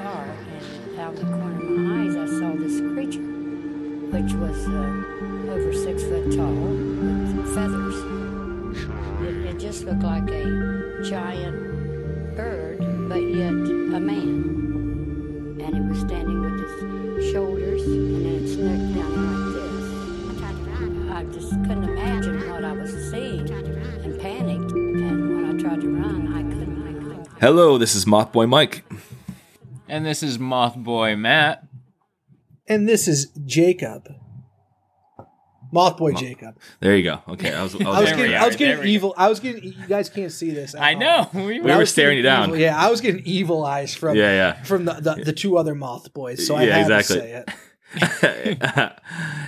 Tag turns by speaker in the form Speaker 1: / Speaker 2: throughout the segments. Speaker 1: uh, out the corner of my eyes, I saw this creature, which was uh, over six foot tall with feathers. It, it just looked like a giant bird, but yet a man. And it was standing with its shoulders and then its neck down like this. I just couldn't imagine what I was seeing and panicked. And when I tried to run, I couldn't. I couldn't.
Speaker 2: Hello, this is Mothboy Mike.
Speaker 3: And this is Mothboy Matt.
Speaker 4: And this is Jacob. Mothboy Jacob.
Speaker 2: There you go. Okay, I was, I was,
Speaker 4: I was
Speaker 3: there
Speaker 4: getting,
Speaker 3: we
Speaker 4: I was
Speaker 3: are,
Speaker 4: getting
Speaker 3: there we go.
Speaker 4: evil. I was getting. You guys can't see this. at
Speaker 3: I
Speaker 4: all.
Speaker 3: know. We
Speaker 2: We
Speaker 3: were,
Speaker 4: I
Speaker 2: were
Speaker 4: was
Speaker 2: staring you
Speaker 4: getting
Speaker 2: down.
Speaker 4: evil- yeah, I was getting evil eyes from.
Speaker 2: Yeah, yeah.
Speaker 4: From the the, the two other moth boys. So I
Speaker 2: Yeah,
Speaker 4: had
Speaker 2: exactly.
Speaker 4: to say it.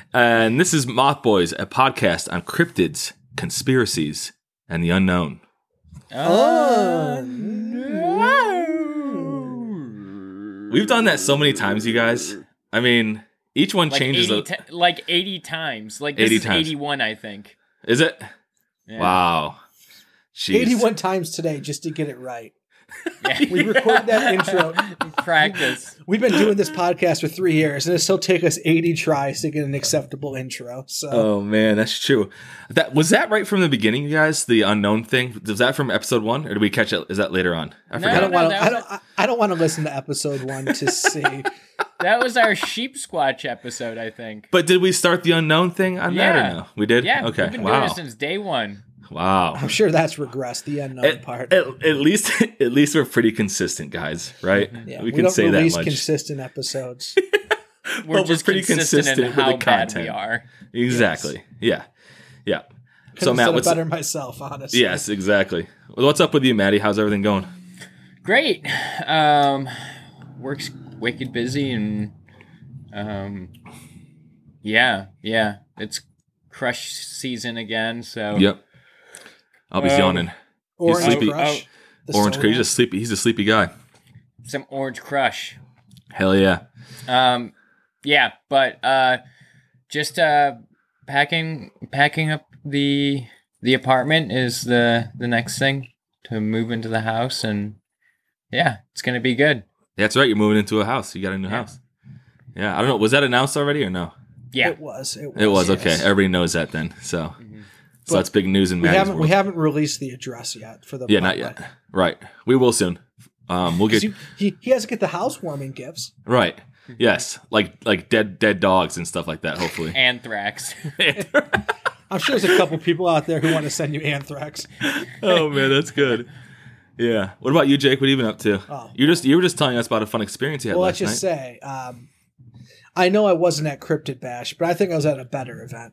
Speaker 2: and this is Mothboys, a podcast on cryptids, conspiracies, and the unknown.
Speaker 4: Oh,
Speaker 2: We've done that so many times, you guys. I mean, each one
Speaker 3: like
Speaker 2: changes.
Speaker 3: 80
Speaker 2: a,
Speaker 3: ti- like 80 times. Like this
Speaker 2: 80
Speaker 3: is
Speaker 2: times.
Speaker 3: 81, I think.
Speaker 2: is it?
Speaker 3: Yeah.
Speaker 2: Wow. Jeez.
Speaker 4: 81 times today just to get it right. We recorded that intro.
Speaker 3: Practice.
Speaker 4: We've been doing this podcast for three years, and it still take us 80 tries to get an acceptable intro. So
Speaker 2: Oh man, that's true. That was that right from the beginning, you guys. The unknown thing was that from episode one, or did we catch it? Is that later on? I
Speaker 3: No,
Speaker 4: I
Speaker 2: forgot.
Speaker 4: don't
Speaker 3: no,
Speaker 4: want to.
Speaker 3: that
Speaker 4: I
Speaker 3: was-
Speaker 4: don't. I, I don't want to listen to episode one to see.
Speaker 3: That was our sheep squatch episode, I think.
Speaker 2: But did we start the unknown thing on that
Speaker 3: Yeah.
Speaker 2: or no? We did.
Speaker 3: Yeah,
Speaker 2: Okay.
Speaker 3: we've been doing
Speaker 2: wow.
Speaker 3: it since day one.
Speaker 2: wow.
Speaker 4: I'm sure that's regressed. The unknown
Speaker 2: At,
Speaker 4: part.
Speaker 2: at, at least, at least we're pretty consistent, guys. Right?
Speaker 4: Mm-hmm. yeah,
Speaker 2: we, can
Speaker 4: don't
Speaker 2: say that
Speaker 4: release
Speaker 2: much.
Speaker 4: consistent episodes.
Speaker 3: We're
Speaker 2: But we're
Speaker 3: just
Speaker 2: pretty
Speaker 3: consistent, in
Speaker 2: consistent with
Speaker 3: how
Speaker 2: the
Speaker 3: bad
Speaker 2: content.
Speaker 3: we are.
Speaker 2: exactly. Yeah. Yeah.
Speaker 4: so
Speaker 2: So
Speaker 4: Matt,
Speaker 2: Matt,
Speaker 4: it
Speaker 2: what's
Speaker 4: better myself, honestly.
Speaker 2: yes, exactly. Well, what's up with you, Maddie? How's everything going?
Speaker 3: Great. Um, works wicked busy and um, yeah, yeah. It's crush season again, so
Speaker 2: Yep. I'll be
Speaker 3: Um,
Speaker 2: yawning.
Speaker 4: Orange
Speaker 2: sleepy.
Speaker 4: Crush. the
Speaker 2: Orange,
Speaker 4: soda.
Speaker 2: he's a sleepy. He's a sleepy guy.
Speaker 3: some orange crush.
Speaker 2: Hell yeah.
Speaker 3: Um, yeah, but uh, just uh, packing packing up the the apartment is the the next thing to move into the house, and yeah, it's gonna be good.
Speaker 2: That's right. You're moving into a house. You got a new house. Yeah. I don't know. Was that announced already or no?
Speaker 3: Yeah,
Speaker 4: It was. It was.
Speaker 2: It was.
Speaker 4: yes. Mm-hmm.
Speaker 2: Okay. Everybody knows that then. So, so
Speaker 4: But
Speaker 2: that's big news in
Speaker 4: We
Speaker 2: Maddie's
Speaker 4: haven't.
Speaker 2: world.
Speaker 4: We haven't released the address yet for the.
Speaker 2: yeah. Not
Speaker 4: public.
Speaker 2: yet. Right. We will soon. Um, we'll
Speaker 4: 'Cause
Speaker 2: get
Speaker 4: you- He, he has to get the housewarming gifts.
Speaker 2: right. Yes. Like, like dead, dead dogs and stuff like that. Hopefully.
Speaker 3: anthrax.
Speaker 4: I'm sure there's a couple people out there who want to send you anthrax.
Speaker 2: oh man, that's good. Yeah. What about you, Jake? What have you been up to?
Speaker 4: Oh.
Speaker 2: You just you were just telling us about a fun experience you had
Speaker 4: Well, let's
Speaker 2: last
Speaker 4: just
Speaker 2: night.
Speaker 4: say, um, I know I wasn't at Cryptid Bash, but I think I was at a better event,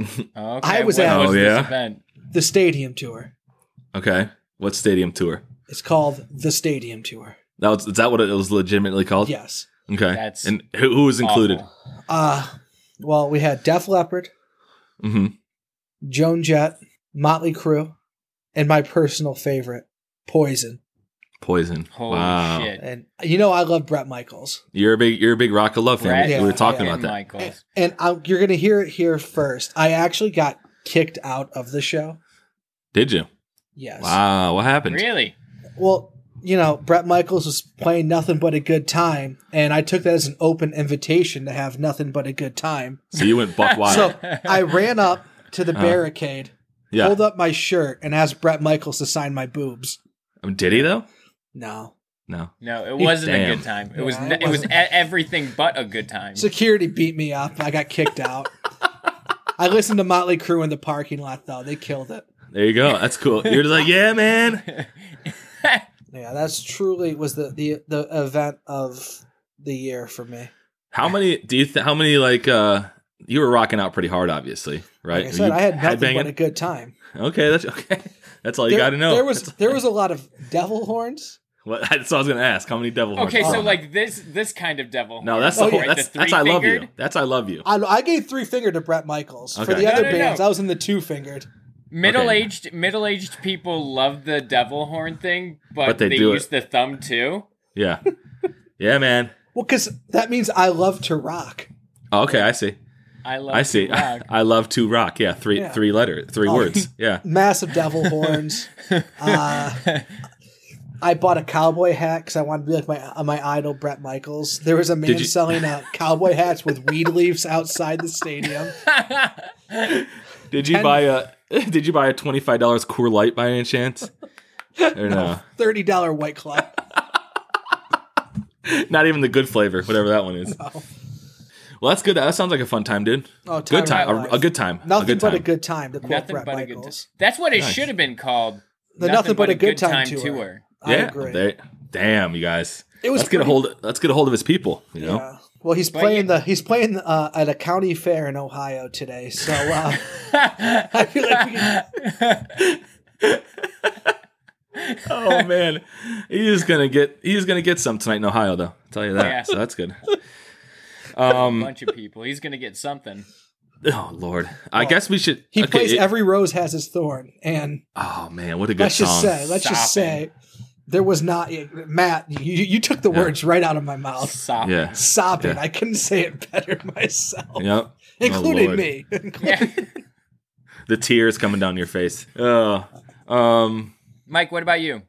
Speaker 3: Okay,
Speaker 4: I was
Speaker 3: when
Speaker 4: at-
Speaker 2: Oh,
Speaker 3: this
Speaker 2: yeah?
Speaker 3: event?
Speaker 4: the Stadium Tour.
Speaker 2: okay. What stadium tour?
Speaker 4: It's called the Stadium Tour.
Speaker 2: That was is that what it was legitimately called?
Speaker 4: Yes.
Speaker 2: Okay.
Speaker 3: That's
Speaker 2: and who, who was included?
Speaker 3: Awful.
Speaker 4: Uh, well, we had Def Leppard,
Speaker 2: hmm
Speaker 4: Joan Jett, Motley Crue, and my personal favorite, Poison.
Speaker 2: Poison.
Speaker 3: Holy
Speaker 2: wow.
Speaker 3: shit.
Speaker 4: And you know I love Brett Michaels.
Speaker 2: You're a big you're a big Rock of Love fan.
Speaker 3: Brett
Speaker 2: We- we were talking
Speaker 4: yeah.
Speaker 2: about that.
Speaker 3: Michaels.
Speaker 4: And I, you're going to hear it here first. I actually got kicked out of the show.
Speaker 2: Did you?
Speaker 4: Yes.
Speaker 2: Wow. What happened?
Speaker 3: Really?
Speaker 4: Well, you know, Brett Michaels was playing nothing but a good time, and I took that as an open invitation to have nothing but a good time.
Speaker 2: So you went buck wild.
Speaker 4: So I ran up to the barricade,
Speaker 2: yeah.
Speaker 4: pulled up my shirt, and asked Brett Michaels to sign my boobs.
Speaker 2: Um, did he though?
Speaker 4: No.
Speaker 2: No.
Speaker 3: No, it wasn't a
Speaker 2: Damn.
Speaker 3: good time. It was
Speaker 4: Yeah,
Speaker 3: n-
Speaker 4: it
Speaker 3: it was
Speaker 4: wasn't.
Speaker 3: e- everything but a good time.
Speaker 4: Security beat me up. I got kicked out. I listened to Motley Crue in the parking lot, though. They killed it.
Speaker 2: There you go. That's cool. You're just like, yeah, man.
Speaker 4: Yeah, that's truly was the the, the event of the year for me.
Speaker 2: How many do you? Th- how many like? uh You were rocking out pretty hard, obviously, right?
Speaker 4: Like I
Speaker 2: Were
Speaker 4: said,
Speaker 2: you
Speaker 4: I had nothing but
Speaker 2: headbanging?
Speaker 4: a good time.
Speaker 2: Okay, that's okay. That's all you got to know.
Speaker 4: There was there was a lot of devil horns.
Speaker 2: What, that's what I was gonna ask. How many devil horns?
Speaker 3: Okay,
Speaker 2: are
Speaker 3: so
Speaker 2: on?
Speaker 3: like this this kind of devil.
Speaker 2: no, that's the
Speaker 3: horn,
Speaker 2: whole,
Speaker 3: right?
Speaker 2: that's
Speaker 3: The
Speaker 2: that's I love you.
Speaker 3: three-fingered?
Speaker 2: That's I love you.
Speaker 4: I, I gave three finger to Brett Michaels for
Speaker 2: Okay.
Speaker 4: the other
Speaker 3: No, no, no.
Speaker 4: bands. I was in the two fingered.
Speaker 3: Middle aged middle aged people love the devil horn thing, but,
Speaker 2: But they
Speaker 3: they,
Speaker 2: do
Speaker 3: use
Speaker 2: it.
Speaker 3: the thumb too.
Speaker 2: Yeah, yeah, man.
Speaker 4: Well, because that means I love to rock.
Speaker 2: Oh, okay, I see.
Speaker 3: I love
Speaker 2: I see.
Speaker 3: to rock.
Speaker 2: I love to rock. Yeah, three
Speaker 4: Yeah. Oh.
Speaker 2: three letter three words. Yeah.
Speaker 4: Massive devil horns. uh, I bought a cowboy hat because I wanted to be like my uh, my idol Brett Michaels. There was a man
Speaker 2: Did you-
Speaker 4: selling uh, cowboy hats with weed leaves outside the stadium.
Speaker 2: Did you
Speaker 4: Ten-
Speaker 2: buy a Did you buy a twenty five dollars Coor Light by any chance? Or no,
Speaker 4: Thirty dollar white claw.
Speaker 2: not even the good flavor, whatever that one is. Well, that's good. That sounds like a fun time, dude.
Speaker 4: Oh, time
Speaker 2: good
Speaker 4: of
Speaker 2: time,
Speaker 4: my
Speaker 2: a,
Speaker 4: life.
Speaker 2: a good time,
Speaker 4: Nothing
Speaker 2: a good
Speaker 4: but
Speaker 2: time.
Speaker 4: a good time. To quote
Speaker 3: nothing
Speaker 4: Brett
Speaker 3: but a good. T-
Speaker 4: Michaels.
Speaker 3: That's what it
Speaker 2: Nice.
Speaker 3: should have been called.
Speaker 4: The Nothing But a Good Time Tour. I
Speaker 2: yeah.
Speaker 4: agree.
Speaker 2: they- damn, you guys.
Speaker 4: It was
Speaker 2: let's get a
Speaker 4: pretty-
Speaker 2: hold. Let's get a hold of his people. You know.
Speaker 4: Yeah. Well, he's playing the he's playing uh, at a county fair in Ohio today, so uh, I feel like we can,
Speaker 2: Oh man, he is gonna get. He is gonna get some tonight in Ohio, though. I'll tell you that.
Speaker 3: Yeah.
Speaker 2: So that's good. Um,
Speaker 3: A bunch of people. He's gonna get something.
Speaker 2: Oh lord, I guess we should.
Speaker 4: he
Speaker 2: okay,
Speaker 4: plays
Speaker 2: it-
Speaker 4: every rose has its thorn, and
Speaker 2: Oh man, what a good
Speaker 4: let's
Speaker 2: song.
Speaker 4: just say, let's just
Speaker 3: Stop
Speaker 4: say, there was not Matt. You, you took the words right out of my mouth.
Speaker 3: Sopping.
Speaker 2: yeah.
Speaker 4: Sobbing,
Speaker 2: Yeah.
Speaker 4: I couldn't say it better myself,
Speaker 2: Yep. Oh,
Speaker 4: including
Speaker 2: Lord.
Speaker 4: me.
Speaker 3: Yeah.
Speaker 2: The tears coming down your face. Oh. Um.
Speaker 3: Mike, what about you?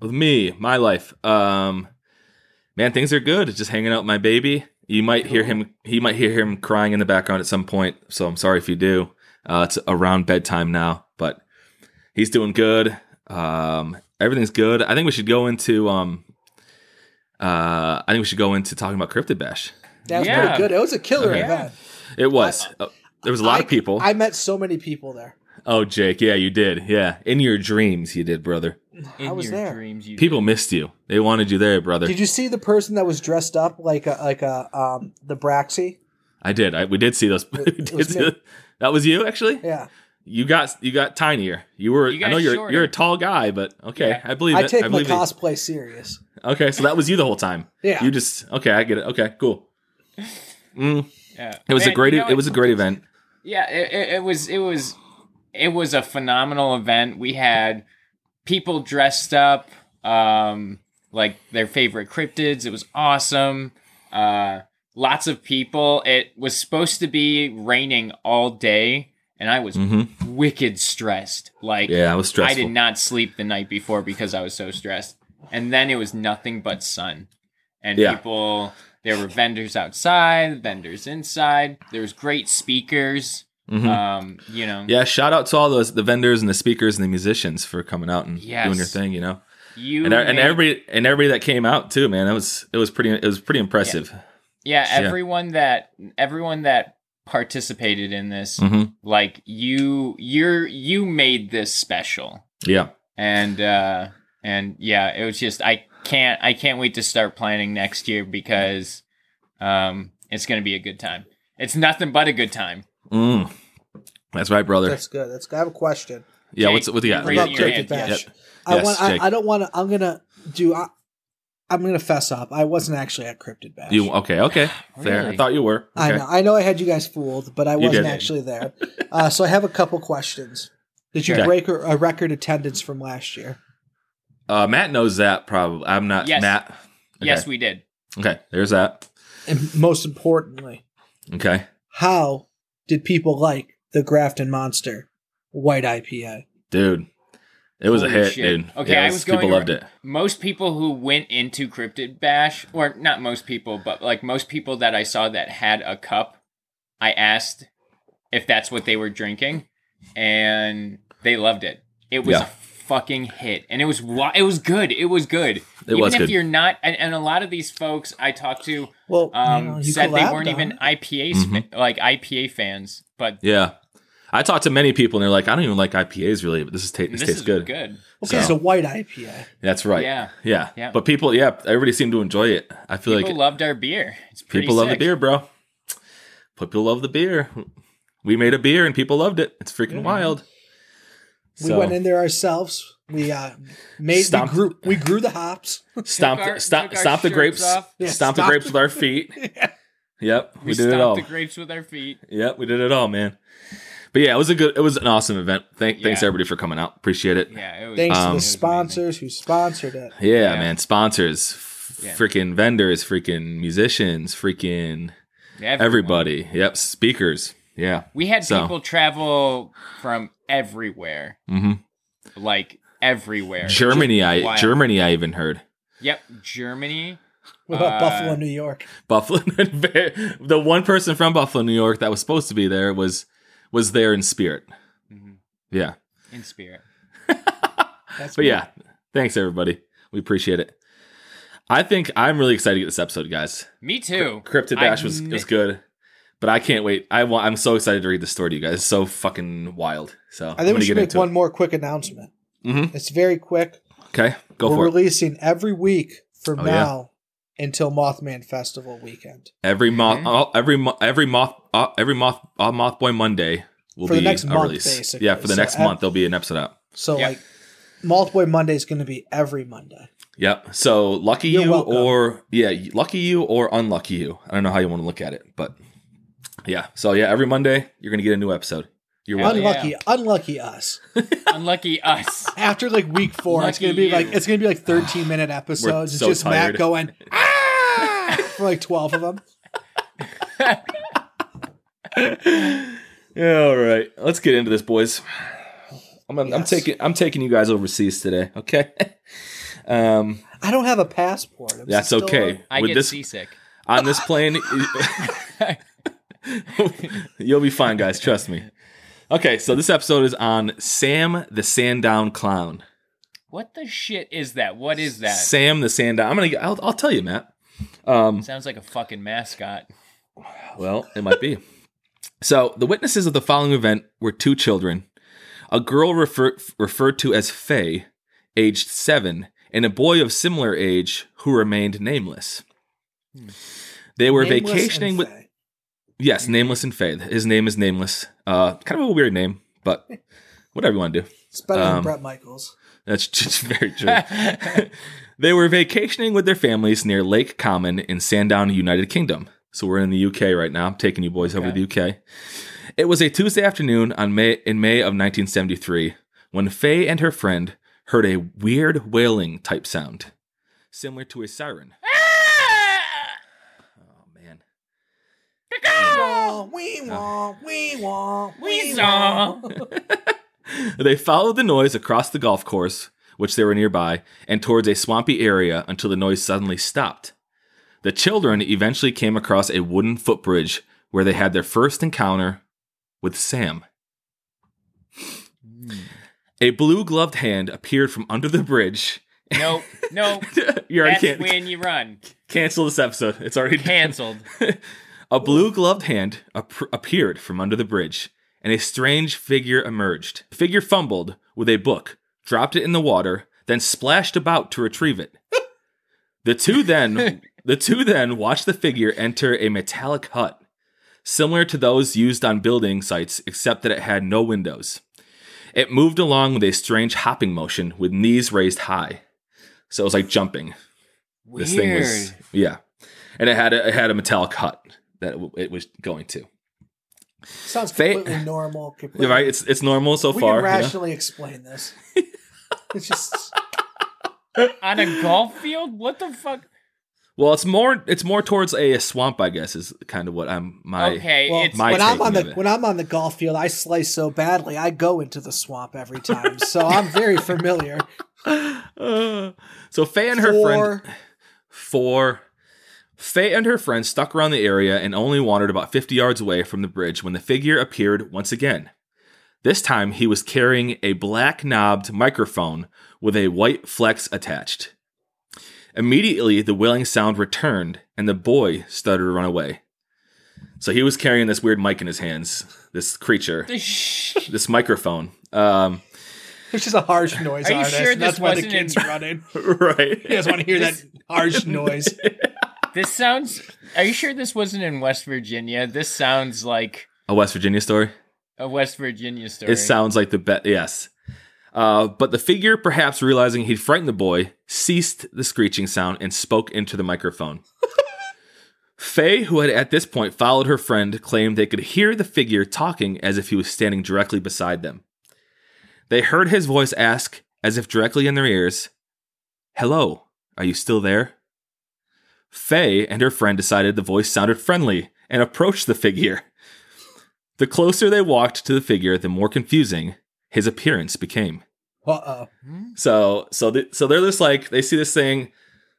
Speaker 2: with me, my life. Um, man, things are good. Just hanging out with my baby. You might hear him. He might hear him crying in the background at some point. So I'm sorry if you do. Uh, it's around bedtime now, but he's doing good. Um, everything's good. I think we should go into. Um, uh, I think we should go into talking about Cryptid Bash.
Speaker 4: That was
Speaker 3: Yeah.
Speaker 4: pretty good. It was a killer
Speaker 2: Okay.
Speaker 4: event.
Speaker 2: It was. uh, there was a lot
Speaker 4: I-
Speaker 2: of people.
Speaker 4: I met so many people there.
Speaker 2: oh, Jake. Yeah, you did. Yeah, in your dreams, you did, brother.
Speaker 3: In
Speaker 4: I was
Speaker 3: your
Speaker 4: there.
Speaker 3: dreams, you
Speaker 2: People missed you. They wanted you there, brother.
Speaker 4: Did you see the person that was dressed up like a like a um the Braxy?
Speaker 2: I did. I, we did see those. we
Speaker 4: it
Speaker 2: did
Speaker 4: was
Speaker 2: see
Speaker 4: me.
Speaker 2: those. That was you, actually.
Speaker 4: Yeah.
Speaker 2: You got you got tinier. You were.
Speaker 3: You
Speaker 2: I
Speaker 3: got
Speaker 2: know you're
Speaker 3: shorter.
Speaker 2: you're a tall guy, but okay,
Speaker 3: Yeah.
Speaker 2: I believe
Speaker 4: I
Speaker 2: it.
Speaker 4: take
Speaker 2: I
Speaker 4: my
Speaker 2: believe it.
Speaker 4: cosplay serious.
Speaker 2: Okay, so that was you the whole time.
Speaker 4: Yeah.
Speaker 2: You just okay. I get it. Okay, cool. Mm,
Speaker 3: did. Yeah.
Speaker 2: It was
Speaker 3: Mm. Man,
Speaker 2: a great. e,
Speaker 3: you know
Speaker 2: it was a great event.
Speaker 3: Yeah, it, it, it was it was it was a phenomenal event. We had people dressed up um like their favorite cryptids. It was awesome. Uh lots of people. It was supposed to be raining all day and I was wicked stressed. Like
Speaker 2: Hmm. Mm-hmm. Yeah, I was
Speaker 3: I
Speaker 2: stressful.
Speaker 3: did not sleep the night before because I was so stressed. And then it was nothing but sun. And
Speaker 2: Yeah.
Speaker 3: people there were vendors outside, vendors inside. There was great speakers. Um, you know.
Speaker 2: Hmm. Mm-hmm. Yeah. Shout out to all those the vendors and the speakers and the musicians for coming out and
Speaker 3: Yes.
Speaker 2: doing your thing. You know,
Speaker 3: You
Speaker 2: and er, and
Speaker 3: made-
Speaker 2: every and everybody that came out too, man. That was it was pretty it was pretty impressive.
Speaker 3: Yeah, everyone that everyone that participated in this,
Speaker 2: Mhm.
Speaker 3: like you you're you made this special.
Speaker 2: Yeah.
Speaker 3: and uh and yeah it was just i can't i can't wait to start planning next year because um it's gonna be a good time it's nothing but a good time
Speaker 2: Mm. That's right, brother.
Speaker 4: That's good. That's good. I have a question
Speaker 2: yeah.
Speaker 3: Jake,
Speaker 2: What's what do you
Speaker 3: I'm
Speaker 2: got?
Speaker 3: raising
Speaker 4: about
Speaker 3: your
Speaker 2: Jake?
Speaker 4: Cricket
Speaker 3: hand,
Speaker 4: Bash.
Speaker 2: Yep.
Speaker 4: I
Speaker 2: Yes,
Speaker 4: want. I,
Speaker 2: Jake.
Speaker 4: I don't want to. I'm gonna do. I, I'm gonna fess up. I wasn't actually at Cryptid Bash.
Speaker 2: You okay? Okay. Fair. I
Speaker 3: Really?
Speaker 2: thought you were.
Speaker 4: I
Speaker 2: Okay.
Speaker 4: know. I know. I had you guys fooled, but I wasn't
Speaker 2: did.
Speaker 4: actually there. Uh, so I have a couple questions. Did you
Speaker 2: Okay.
Speaker 4: break a, a record attendance from last year?
Speaker 2: Uh, Matt knows that probably. I'm not
Speaker 3: Yes.
Speaker 2: Matt. Okay.
Speaker 3: yes we did
Speaker 2: Okay, there's that.
Speaker 4: And most importantly,
Speaker 2: Okay.
Speaker 4: how did people like the Grafton Monster White IPA?
Speaker 2: Dude. It was a
Speaker 3: Holy
Speaker 2: hit,
Speaker 3: shit.
Speaker 2: dude.
Speaker 3: okay
Speaker 2: It
Speaker 3: i was going
Speaker 2: people loved it.
Speaker 3: most people who went into cryptid bash or not most people but like most people that i saw that had a cup i asked if that's what they were drinking and they loved it it was
Speaker 2: Yeah.
Speaker 3: a fucking hit and it was wa- it was good it was good even
Speaker 2: was
Speaker 3: if
Speaker 2: good.
Speaker 3: you're not and, and a lot of these folks i talked to
Speaker 4: Well,
Speaker 3: um,
Speaker 4: you know, you
Speaker 3: said they
Speaker 4: collabed
Speaker 3: weren't
Speaker 4: on
Speaker 3: even
Speaker 4: it.
Speaker 3: IPA
Speaker 2: Mm-hmm.
Speaker 3: sp- like IPA fans, but
Speaker 2: Yeah. I talked to many people and they're like, I don't even like IPAs really, but this is ta- this,
Speaker 3: this,
Speaker 2: tastes
Speaker 3: is
Speaker 2: good.
Speaker 3: good.
Speaker 4: Okay, so white IPA.
Speaker 2: That's right.
Speaker 3: Yeah.
Speaker 2: yeah.
Speaker 3: Yeah.
Speaker 2: But people, yeah, everybody seemed to enjoy it. I feel
Speaker 3: People
Speaker 2: like
Speaker 3: loved our beer. It's pretty
Speaker 2: people love the
Speaker 3: sick.
Speaker 2: beer, bro. People love the beer. We made a beer and people loved it. It's freaking wild.
Speaker 4: We
Speaker 2: So-
Speaker 4: went in there ourselves. We uh, made we
Speaker 2: Stomped-
Speaker 4: grew we grew the hops.
Speaker 2: Stomp,
Speaker 3: our-
Speaker 2: stomp,
Speaker 3: took our
Speaker 2: stomp the
Speaker 3: shirts
Speaker 2: grapes.
Speaker 3: off.
Speaker 4: Yeah,
Speaker 2: stomp the
Speaker 4: stomp-
Speaker 2: grapes with our feet. Yep, we,
Speaker 3: We,
Speaker 2: did it
Speaker 3: stomped
Speaker 2: all.
Speaker 3: the grapes with our feet.
Speaker 2: Yep, we did it all, man. But yeah, it was a good. It was an awesome event. Thank, Thanks
Speaker 3: Yeah.
Speaker 2: everybody for coming out. Appreciate it. Yeah,
Speaker 3: Yeah, it was
Speaker 4: Thanks
Speaker 3: it
Speaker 4: to the
Speaker 3: was amazing.
Speaker 4: sponsors who sponsored it.
Speaker 2: man. Sponsors, f-
Speaker 3: Yeah.
Speaker 2: freaking vendors, freaking musicians, freaking
Speaker 3: Everyone.
Speaker 2: everybody. Yep, speakers. Yeah,
Speaker 3: We had
Speaker 2: So-
Speaker 3: people travel from everywhere.
Speaker 2: Mhm.
Speaker 3: like everywhere.
Speaker 2: Germany, I
Speaker 3: Wild.
Speaker 2: Germany, I even heard
Speaker 3: Yep, Germany.
Speaker 4: What about
Speaker 3: Uh,
Speaker 4: Buffalo, New York?
Speaker 2: Buffalo. the one person from Buffalo, New York, that was supposed to be there was was there in spirit.
Speaker 3: Mhm.
Speaker 2: Yeah,
Speaker 3: In spirit.
Speaker 4: That's
Speaker 2: but yeah, thanks everybody. We appreciate it. I think I'm really excited to get this episode, guys.
Speaker 3: Me too.
Speaker 2: Cryptid Bash was,
Speaker 3: I-
Speaker 2: was good, but I can't wait. I want. I'm so excited to read the story to you guys. It's so fucking wild. So
Speaker 4: I
Speaker 2: am
Speaker 4: think
Speaker 2: gonna
Speaker 4: we should
Speaker 2: get
Speaker 4: make
Speaker 2: into
Speaker 4: one
Speaker 2: it.
Speaker 4: more quick announcement.
Speaker 2: Mhm.
Speaker 4: It's very quick.
Speaker 2: Okay, go
Speaker 4: We're
Speaker 2: for it.
Speaker 4: releasing every week from
Speaker 2: Oh, yeah.
Speaker 4: now until Mothman Festival weekend.
Speaker 2: Every moth,
Speaker 3: Mhm.
Speaker 2: all every mo- every moth, uh, every moth, uh, moth boy Monday will
Speaker 4: For
Speaker 2: be
Speaker 4: the next
Speaker 2: a
Speaker 4: month,
Speaker 2: release.
Speaker 4: basically.
Speaker 2: Yeah, for the
Speaker 4: So
Speaker 2: next
Speaker 4: ev-
Speaker 2: month there'll be an episode out.
Speaker 4: So
Speaker 3: Yeah.
Speaker 4: like Multiple Monday is going to be every Monday.
Speaker 2: Yep. So lucky
Speaker 4: You're
Speaker 2: you
Speaker 4: welcome.
Speaker 2: or yeah, lucky you or unlucky you. I don't know how you want to look at it, but yeah. So yeah, every Monday you're gonna get a new episode. You're
Speaker 3: Hell
Speaker 2: welcome.
Speaker 4: unlucky,
Speaker 3: yeah.
Speaker 4: unlucky us.
Speaker 3: Unlucky us.
Speaker 4: After like week four, it's
Speaker 3: Lucky
Speaker 4: going to be
Speaker 3: you.
Speaker 4: like it's going to be like thirteen minute episodes. It's
Speaker 2: so
Speaker 4: just
Speaker 2: tired.
Speaker 4: Matt going ah! for like twelve of them.
Speaker 2: Yeah, all right. Let's get into this, boys. I'm, I'm
Speaker 4: Yes.
Speaker 2: taking I'm taking you guys overseas today. Okay. um,
Speaker 4: I don't have a passport. I'm
Speaker 2: that's
Speaker 4: still-
Speaker 2: okay.
Speaker 3: I
Speaker 2: With
Speaker 3: get
Speaker 2: this
Speaker 3: seasick.
Speaker 2: on this plane, you'll be fine, guys. Trust me. Okay, so this episode is on Sam the Sandown Clown.
Speaker 3: What the shit is that? What is that?
Speaker 2: Sam the Sandown. I'm gonna. I'll, I'll tell you, Matt. Um,
Speaker 3: Sounds like a fucking mascot.
Speaker 2: Well, it might be. So, the witnesses of the following event were two children a girl refer- referred to as Faye, aged seven, and a boy of similar age who remained nameless. They were
Speaker 4: Nameless and
Speaker 2: vacationing with.
Speaker 4: Fey.
Speaker 2: Yes, Nameless and Faye. His name is Nameless. Uh, kind of a weird name, but whatever you want to do.
Speaker 4: It's better than
Speaker 2: um,
Speaker 4: Brett Michaels.
Speaker 2: That's just very true. they were vacationing with their families near Lake Common in Sandown, United Kingdom. So we're in the UK right now. I'm taking you boys over to the UK. It was a Tuesday afternoon on May in May of 1973 when Faye and her friend heard a weird wailing type sound, similar to a siren. Oh man.
Speaker 4: we want, we want,
Speaker 3: We saw.
Speaker 2: They followed the noise across the golf course, which they were nearby, and towards a swampy area until the noise suddenly stopped. The children eventually came across a wooden footbridge where they had their first encounter with Sam. A blue gloved hand appeared from under the bridge.
Speaker 3: Nope. Nope.
Speaker 2: you already
Speaker 3: That's
Speaker 2: can't
Speaker 3: when you run.
Speaker 2: cancel this episode. It's already
Speaker 3: Cancelled.
Speaker 2: a blue gloved hand ap- appeared from under the bridge, and a strange figure emerged. The figure fumbled with a book, dropped it in the water, then splashed about to retrieve it. The two then the two then watched the figure enter a metallic hut, similar to those used on building sites, except that it had no windows. It moved along with a strange hopping motion, with knees raised high. So it was like jumping.
Speaker 3: Weird.
Speaker 2: This thing was yeah, and it had a, it had a metallic hut that it w- it was going to.
Speaker 4: Sounds
Speaker 2: Fey-
Speaker 4: completely normal. Completely.
Speaker 2: You're right, it's it's normal so
Speaker 4: we
Speaker 2: far.
Speaker 4: can
Speaker 2: you know?
Speaker 4: rationally explain this. It's just
Speaker 3: on a golf field. What the fuck?
Speaker 2: Well, it's more it's more towards a, swamp, I guess, is kind of what I'm my.
Speaker 3: okay,
Speaker 4: well,
Speaker 3: it's
Speaker 2: my
Speaker 4: when I'm
Speaker 2: taking
Speaker 4: on
Speaker 2: of
Speaker 4: the
Speaker 2: it.
Speaker 4: when I'm on the golf field, I slice so badly, I go into the swamp every time. So I'm very familiar.
Speaker 2: Uh, so Faye and her friend
Speaker 4: Four-
Speaker 2: four. Faye and her friend stuck around the area and only wandered about 50 yards away from the bridge when the figure appeared once again. This time he was carrying a black knobbed microphone with a white flex attached. Immediately the wailing sound returned and the boy started to run away. So he was carrying this weird mic in his hands, this creature,
Speaker 3: the sh-
Speaker 2: this microphone. Um,
Speaker 4: It's just a harsh noise
Speaker 3: Are you
Speaker 4: artist.
Speaker 3: sure
Speaker 4: and that's
Speaker 3: this
Speaker 4: why the
Speaker 3: wasn't in-
Speaker 4: kids running.
Speaker 2: right.
Speaker 4: You guys want to hear that harsh noise?
Speaker 3: this sounds. Are you sure this wasn't in West Virginia? This sounds like
Speaker 2: A West Virginia story?
Speaker 3: a West Virginia story.
Speaker 2: It sounds like the bet. Yes. Uh, but the figure, perhaps realizing he'd frightened the boy, ceased the screeching sound and spoke into the microphone. Faye, who had at this point followed her friend, claimed they could hear the figure talking as if he was standing directly beside them. They heard his voice ask, as if directly in their ears, Hello, are you still there? Faye and her friend decided the voice sounded friendly and approached the figure. The closer they walked to the figure, the more confusing his appearance became.
Speaker 4: Uh oh.
Speaker 2: So so th- so they're just like they see this thing.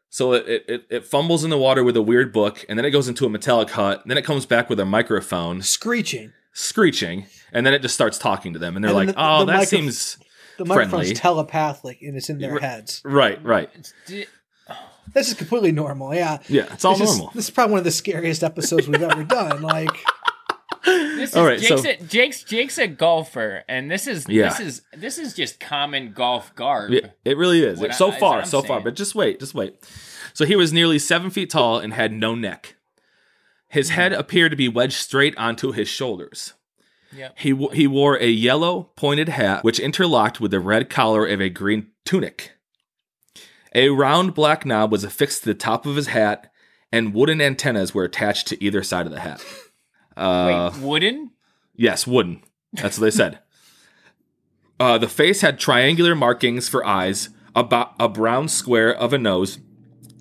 Speaker 2: So it, it it fumbles in the water with a weird book, and then it goes into a metallic hut. And then it comes back with a microphone
Speaker 4: Screeching.
Speaker 2: screeching, and then it just starts talking to them. And they're
Speaker 4: And
Speaker 2: like,
Speaker 4: then the-
Speaker 2: "Oh,
Speaker 4: the
Speaker 2: that
Speaker 4: micro-
Speaker 2: seems
Speaker 4: The microphone's
Speaker 2: Friendly.
Speaker 4: telepathic and it's in their
Speaker 2: Right.
Speaker 4: heads.
Speaker 2: right, right,
Speaker 3: It's di-
Speaker 4: This is completely normal. Yeah.
Speaker 2: yeah, it's all
Speaker 4: This is-
Speaker 2: normal."
Speaker 4: this is probably one of the scariest episodes we've ever done. Like,
Speaker 3: This is
Speaker 2: All right,
Speaker 3: Jake's,
Speaker 2: so-
Speaker 3: a, Jake's Jake's a golfer, and this is
Speaker 2: Yeah.
Speaker 3: this is this is just common golf garb.
Speaker 2: Yeah, it really is.
Speaker 3: What I-
Speaker 2: so
Speaker 3: is
Speaker 2: far,
Speaker 3: what I'm
Speaker 2: so far.
Speaker 3: saying.
Speaker 2: But just wait, just wait. So he was nearly seven feet tall and had no neck.
Speaker 3: Hmm.
Speaker 2: His head appeared to be wedged straight onto his shoulders.
Speaker 3: Yep.
Speaker 2: He wo- he wore a yellow pointed hat, which interlocked with the red collar of a green tunic. A round black knob was affixed to the top of his hat, and wooden antennas were attached to either side of the hat. Uh,
Speaker 3: Wait, wooden?
Speaker 2: Yes, wooden. That's what they said. Uh, the face had triangular markings for eyes, a, bo- a brown square of a nose,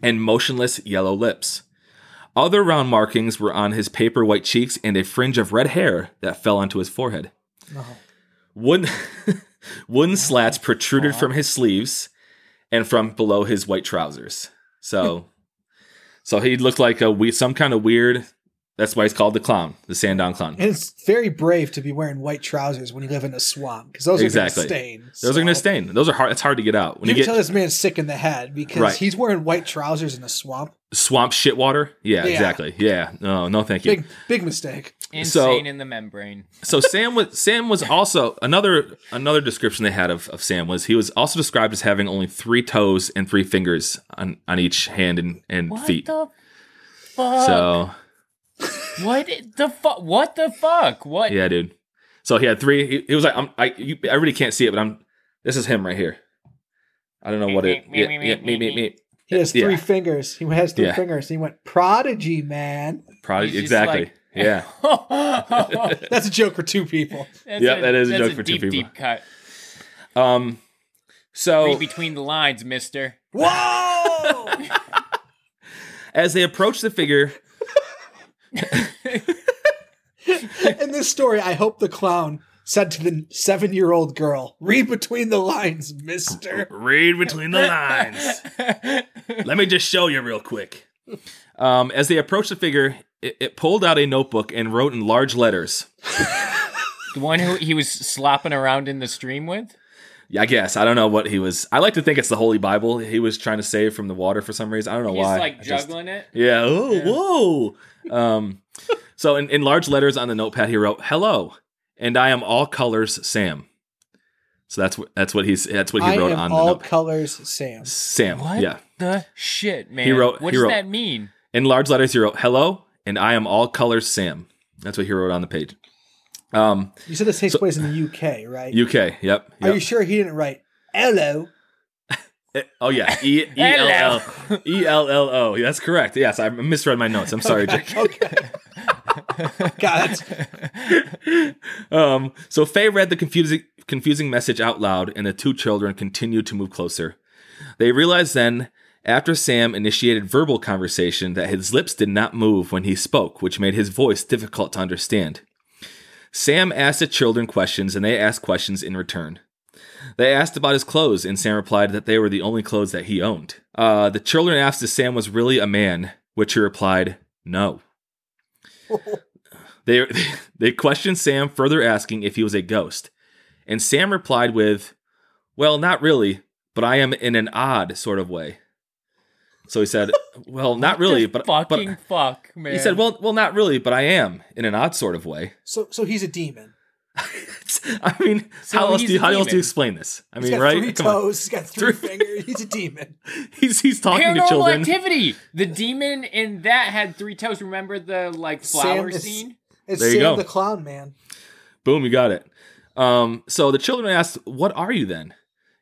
Speaker 2: and motionless yellow lips. Other round markings were on his paper white cheeks and a fringe of red hair that fell onto his forehead. Wooden, wooden slats protruded from his sleeves and from below his white trousers. So, so he looked like a we some kind of weird. That's why he's called the clown, the Sandown clown.
Speaker 4: and it's very brave to be wearing white trousers when you live in a swamp because those
Speaker 2: Exactly.
Speaker 4: are going to stain.
Speaker 2: Those are
Speaker 4: So,
Speaker 2: going to stain. Those are hard. It's hard to get out when
Speaker 4: You
Speaker 2: you,
Speaker 4: can tell
Speaker 2: get
Speaker 4: this man's sick in the head because
Speaker 2: Right.
Speaker 4: he's wearing white trousers in a swamp.
Speaker 2: swamp shit water. Yeah,
Speaker 4: Yeah.
Speaker 2: exactly. Yeah, no, no, thank you.
Speaker 4: Big, big mistake.
Speaker 3: Insane
Speaker 2: So-
Speaker 3: in the membrane.
Speaker 2: So Sam was Sam was also another another description they had of, of Sam was he was also described as having only three toes and three fingers on, on each hand and, and
Speaker 3: What
Speaker 2: feet.
Speaker 3: the fuck?
Speaker 2: so
Speaker 3: What the fuck? What the fuck? What?
Speaker 2: yeah, dude. So he had three. He, he was like, I'm, I you, I really can't see it, but I'm. This is him right here. I don't know what it.
Speaker 3: Meep,
Speaker 2: Yeah,
Speaker 3: meep, meep,
Speaker 2: yeah,
Speaker 3: meep,
Speaker 2: meep, meep, meep.
Speaker 4: He has
Speaker 2: Yeah.
Speaker 4: three fingers. He has three
Speaker 2: Yeah.
Speaker 4: fingers. He went prodigy, man.
Speaker 2: Probably
Speaker 3: He's just
Speaker 2: exactly.
Speaker 3: like-
Speaker 2: yeah.
Speaker 3: that's
Speaker 4: That's a joke for two people.
Speaker 2: Yep, that is a
Speaker 3: that's
Speaker 2: joke for two
Speaker 3: deep,
Speaker 2: people.
Speaker 3: Deep cut.
Speaker 2: Um.
Speaker 3: Read
Speaker 2: So
Speaker 3: between the lines, Mister.
Speaker 4: Whoa!
Speaker 2: as they approached the figure,
Speaker 4: in this story, I hope the clown said to the seven-year-old girl, "Read between the lines, Mister."
Speaker 2: Read between the lines. Let me just show you real quick. Um, as they approached the figure, it, it pulled out a notebook and wrote in large letters.
Speaker 3: The one who he was slopping around in the stream with.
Speaker 2: Yeah, I guess I don't know what he was. I like to think it's the Holy Bible he was trying to save from the water for some reason. I don't know
Speaker 3: He's
Speaker 2: why.
Speaker 3: like
Speaker 2: I just-
Speaker 3: juggling it.
Speaker 2: yeah. Oh, whoa. Um, so in, in large letters on the notepad, he wrote, "Hello, and I am all colors, Sam." So that's what that's what he's that's what he
Speaker 4: I
Speaker 2: wrote
Speaker 4: am
Speaker 2: on the
Speaker 4: all
Speaker 2: notepad.
Speaker 4: colors, Sam.
Speaker 2: Sam.
Speaker 3: What
Speaker 2: Yeah.
Speaker 3: the shit, man?
Speaker 2: wrote-
Speaker 3: what
Speaker 2: he
Speaker 3: does
Speaker 2: wrote-
Speaker 3: that mean?
Speaker 2: In large letters, he wrote, "Hello," and "I am all colors Sam." That's what he wrote on the page. Um,
Speaker 4: You said this takes place in the UK, right?
Speaker 2: UK. Yep. yep.
Speaker 4: Are you sure he didn't write "Hello"?
Speaker 2: Eh, oh yeah. E E L L E L L O. Yeah, That's correct. Yes, I misread my notes. I'm sorry, Jake.
Speaker 4: Okay. God, that's,
Speaker 2: Um, so Faye read the confusing confusing message out loud, and the two children continued to move closer. They realized then, after Sam initiated verbal conversation, that his lips did not move when he spoke, which made his voice difficult to understand. Sam asked the children questions, and they asked questions in return. They asked about his clothes, and Sam replied that they were the only clothes that he owned. Uh, the children asked if Sam was really a man, which he replied, no. They they questioned Sam, further asking if he was a ghost. And Sam replied with, "Well, not really, but I am in an odd sort of way." So he said, "Well, not really,
Speaker 3: The
Speaker 2: but but
Speaker 3: fucking fuck, man.
Speaker 2: he said, "Well, well, not really, but I am in an odd sort of way."
Speaker 4: so, so he's a demon.
Speaker 2: I mean,
Speaker 3: So
Speaker 2: how else
Speaker 3: he's
Speaker 2: do you,
Speaker 3: a
Speaker 2: how else do
Speaker 3: demon.
Speaker 2: you explain this? I
Speaker 4: He's
Speaker 2: mean,
Speaker 4: got
Speaker 2: right?
Speaker 4: three
Speaker 2: Come on.
Speaker 4: toes. He's got three fingers. He's a demon.
Speaker 2: He's he's talking to
Speaker 3: Paranormal
Speaker 2: children.
Speaker 3: activity. The demon in that had three toes. Remember the like flower
Speaker 4: Sam is-
Speaker 3: scene?
Speaker 4: It's
Speaker 2: There you
Speaker 4: Sam
Speaker 2: go.
Speaker 4: the clown man.
Speaker 2: Boom, you got it. Um, so the children asked, "What are you then?"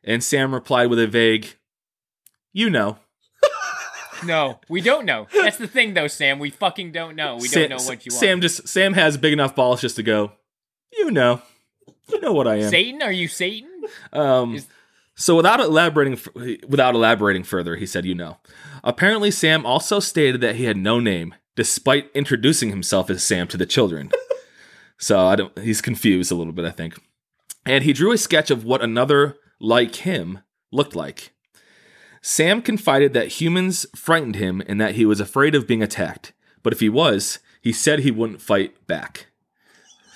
Speaker 2: And Sam replied with a vague, "You know."
Speaker 3: No, we don't know. That's the thing, though, Sam. We fucking don't know. We
Speaker 2: Sam,
Speaker 3: don't know what you are.
Speaker 2: Sam just Sam has big enough balls just to go. You know, you know what I am.
Speaker 3: Satan? Are you Satan?
Speaker 2: Um,
Speaker 3: is-
Speaker 2: so without elaborating, f- without elaborating further, he said, "You know." Apparently, Sam also stated that he had no name, despite introducing himself as Sam to the children. so I don't. He's confused a little bit, I think. And he drew a sketch of what another like him looked like. Sam confided that humans frightened him and that he was afraid of being attacked. But if he was, he said he wouldn't fight back.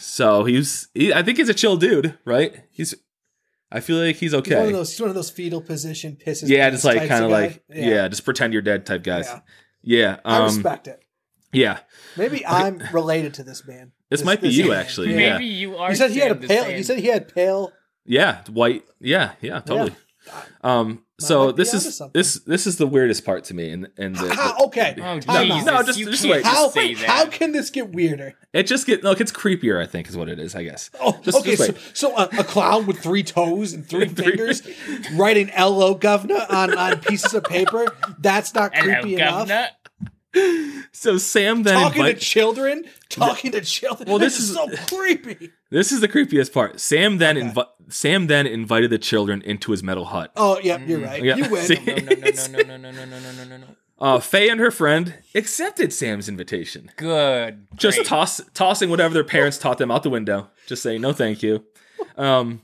Speaker 2: So he's, he, I think he's a chill dude, right? He's, I feel like he's okay.
Speaker 4: He's one of those, he's one of those fetal position pisses.
Speaker 2: yeah,
Speaker 4: pants
Speaker 2: just like
Speaker 4: types
Speaker 2: kind of
Speaker 4: guy.
Speaker 2: like, yeah. just pretend you're dead type guys.
Speaker 4: Yeah.
Speaker 2: Yeah,
Speaker 4: I
Speaker 2: um,
Speaker 4: respect it.
Speaker 2: yeah.
Speaker 4: Maybe I'm related to this man.
Speaker 2: This, might be you actually. Yeah,
Speaker 3: Maybe you are.
Speaker 4: He said he had a
Speaker 3: Sam the
Speaker 4: pale.
Speaker 3: Sand.
Speaker 4: He said he had pale.
Speaker 2: yeah, white. Yeah, yeah, totally. Um,
Speaker 4: might
Speaker 2: so
Speaker 4: be
Speaker 2: this
Speaker 4: onto
Speaker 2: is
Speaker 4: something.
Speaker 2: this this is the weirdest part to me, and and the,
Speaker 4: How, Ah, okay.
Speaker 3: Oh,
Speaker 4: Time
Speaker 3: Jesus.
Speaker 4: out.
Speaker 2: No, just-
Speaker 3: you
Speaker 2: just
Speaker 3: can't
Speaker 2: wait.
Speaker 3: just
Speaker 4: How,
Speaker 3: say that.
Speaker 4: how can this get weirder?
Speaker 2: it just get look, it's creepier. I think is what it is. I guess.
Speaker 4: Oh,
Speaker 2: Just-
Speaker 4: okay.
Speaker 2: just wait.
Speaker 4: so so a, a clown with three toes and three,
Speaker 2: Three-
Speaker 4: fingers writing "Lo governor" on, on pieces of paper. That's not
Speaker 3: Hello,
Speaker 4: creepy enough.
Speaker 3: governor.
Speaker 2: So Sam then
Speaker 4: Talking
Speaker 2: invite-
Speaker 4: to children, talking to children. Well,
Speaker 2: this
Speaker 4: this, is,
Speaker 2: is-
Speaker 4: so creepy.
Speaker 2: this is the creepiest part. Sam then invi- Sam then invited the children into his metal hut.
Speaker 4: Oh, yeah, you're right.
Speaker 2: Mm, Yeah.
Speaker 4: You win.
Speaker 2: See?
Speaker 3: Oh, No, no, no, no, no, no, no, no, no, no, no, no.
Speaker 2: Uh, Faye and her friend accepted Sam's invitation,
Speaker 3: Good.
Speaker 2: just
Speaker 3: Great.
Speaker 2: toss tossing whatever their parents taught them out the window. Just saying no, thank you. Um,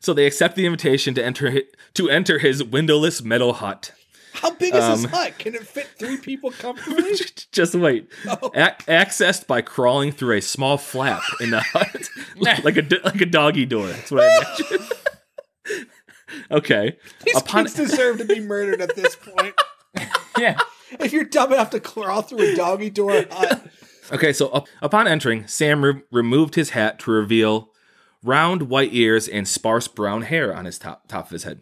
Speaker 2: so they accept the invitation to enter hi- to enter his windowless metal hut.
Speaker 4: How big is this hut? Can it fit three people comfortably?
Speaker 2: Um, Just wait. Ac accessed by crawling through a small flap in the hut, like a do- like a doggy door. That's what I imagine. okay.
Speaker 4: These
Speaker 2: Upon-
Speaker 4: kids deserve to be murdered at this point.
Speaker 3: Yeah.
Speaker 4: if you're dumb enough to crawl through a doggy door hut,
Speaker 2: Okay, so up, upon entering, Sam re- removed his hat to reveal round white ears and sparse brown hair on his top, top of his head.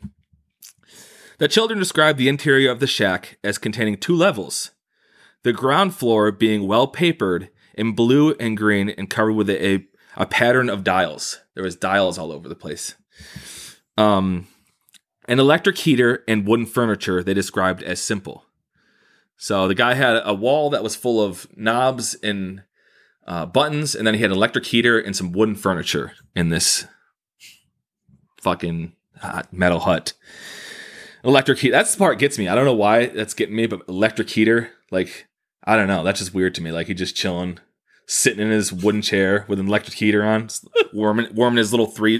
Speaker 2: The children described the interior of the shack as containing two levels the ground floor being well papered in blue and green and covered with a, a pattern of dials. There was dials all over the place. Um, an electric heater and wooden furniture they described as simple. So the guy had a wall that was full of knobs and uh, buttons, and then he had an electric heater and some wooden furniture in this fucking hot metal hut. Electric heat. That's the part gets me. I don't know why that's getting me, but electric heater, like, I don't know. That's just weird to me. Like, he just chilling, sitting in his wooden chair with an electric heater on, just warming, warming his little three,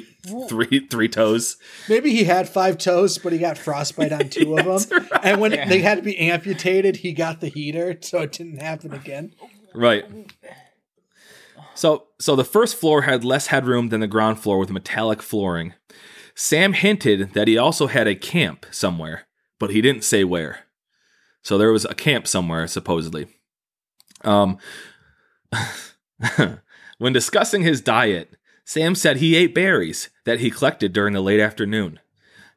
Speaker 2: three, three toes.
Speaker 4: maybe he had five toes, but he got frostbite on two of
Speaker 2: That's
Speaker 4: them.
Speaker 2: right.
Speaker 4: And when they had to be amputated, he got the heater, so it didn't happen again.
Speaker 2: Right. So so the first floor had less headroom than the ground floor with metallic flooring. Sam hinted that he also had a camp somewhere, but he didn't say where. So there was a camp somewhere supposedly. Um when discussing his diet, Sam said he ate berries that he collected during the late afternoon.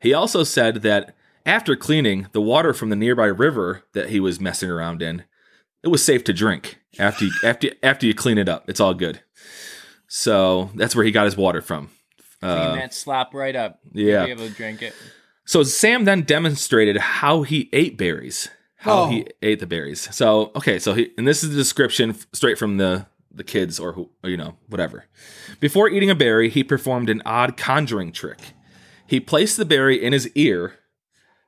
Speaker 2: He also said that after cleaning, the water from the nearby river that he was messing around in it was safe to drink after you, after after you clean it up. It's all good. So that's where he got his water from.
Speaker 3: Clean
Speaker 2: Uh,
Speaker 3: that slop right up.
Speaker 2: yeah.
Speaker 3: You'll Be able to drink it.
Speaker 2: so Sam then demonstrated how he ate berries, how
Speaker 4: Oh.
Speaker 2: he ate the berries. So okay, so he and this is the description f- straight from the the kids or who or, you know whatever. Before eating a berry, he performed an odd conjuring trick. He placed the berry in his ear,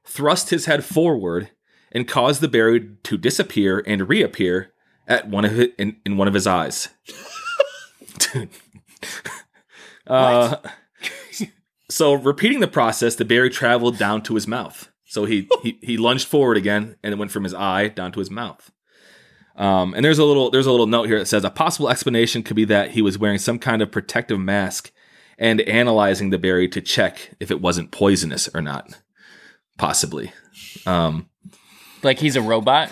Speaker 2: thrust his head forward, and caused the berry to disappear and reappear at one of hi- in, in one of his eyes. Dude. Uh, so repeating the process, the berry traveled down to his mouth. So he he, he lunged forward again, and it went from his eye down to his mouth. Um, and there's a little there's a little note here that says a possible explanation could be that he was wearing some kind of protective mask and analyzing the berry to check if it wasn't poisonous or not, possibly. Um,
Speaker 3: Like he's a robot.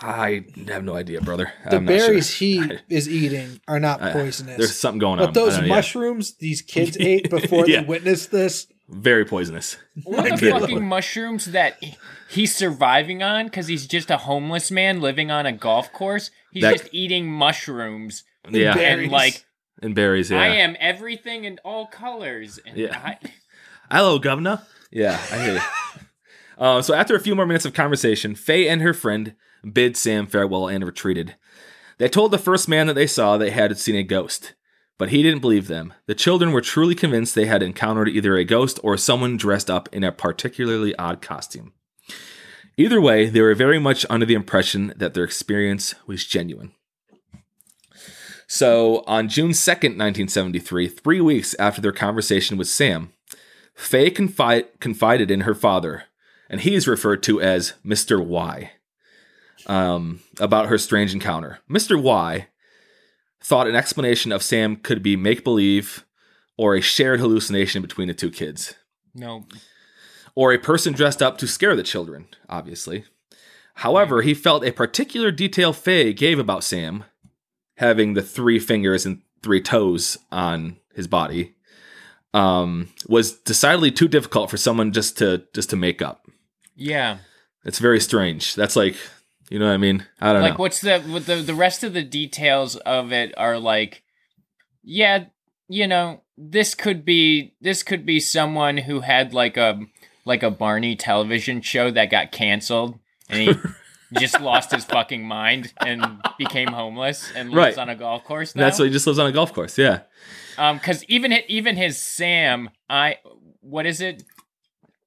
Speaker 2: I have no idea, brother.
Speaker 4: The
Speaker 2: I'm not sure.
Speaker 4: berries he is eating are not poisonous.
Speaker 2: There's something going on.
Speaker 4: but those
Speaker 2: I don't know, yeah.
Speaker 4: mushrooms these kids ate before
Speaker 2: Yeah.
Speaker 4: they witnessed this,
Speaker 2: very poisonous.
Speaker 3: What
Speaker 2: I
Speaker 3: the
Speaker 2: can't
Speaker 3: fucking
Speaker 2: look.
Speaker 3: mushrooms that he- he's surviving on? Because he's just a homeless man living on a golf course. He's
Speaker 2: That-
Speaker 3: just eating mushrooms
Speaker 2: Yeah,
Speaker 4: berries.
Speaker 3: and like
Speaker 2: and berries. Yeah,
Speaker 3: I am everything in all colors. And
Speaker 2: Yeah.
Speaker 3: I,
Speaker 2: Hello, governor. Yeah, I hear you. Uh, so after a few more minutes of conversation, Faye and her friend bid Sam farewell and retreated. They told the first man that they saw they had seen a ghost, but he didn't believe them. The children were truly convinced they had encountered either a ghost or someone dressed up in a particularly odd costume. Either way, they were very much under the impression that their experience was genuine. So on June 2nd, 1973, three weeks after their conversation with Sam, Faye confi- confided in her father, and he is referred to as Mr. Y, um, about her strange encounter. Mr. Y thought an explanation of Sam could be make believe or a shared hallucination between the two kids
Speaker 3: No.
Speaker 2: or a person dressed up to scare the children, obviously. However, he felt a particular detail Faye gave about Sam having the three fingers and three toes on his body um, was decidedly too difficult for someone just to just to make up.
Speaker 3: Yeah.
Speaker 2: It's very strange. That's like, you know what I mean? I don't
Speaker 3: Like
Speaker 2: know.
Speaker 3: what's the what the the rest of the details of it are like yeah, you know, this could be this could be someone who had like a like a Barney television show that got canceled and he just lost his fucking mind and became homeless and lives
Speaker 2: Right.
Speaker 3: on a golf course now.
Speaker 2: That's why he just lives on a golf course. Yeah.
Speaker 3: Um, because even hi- even his Sam, I what is it?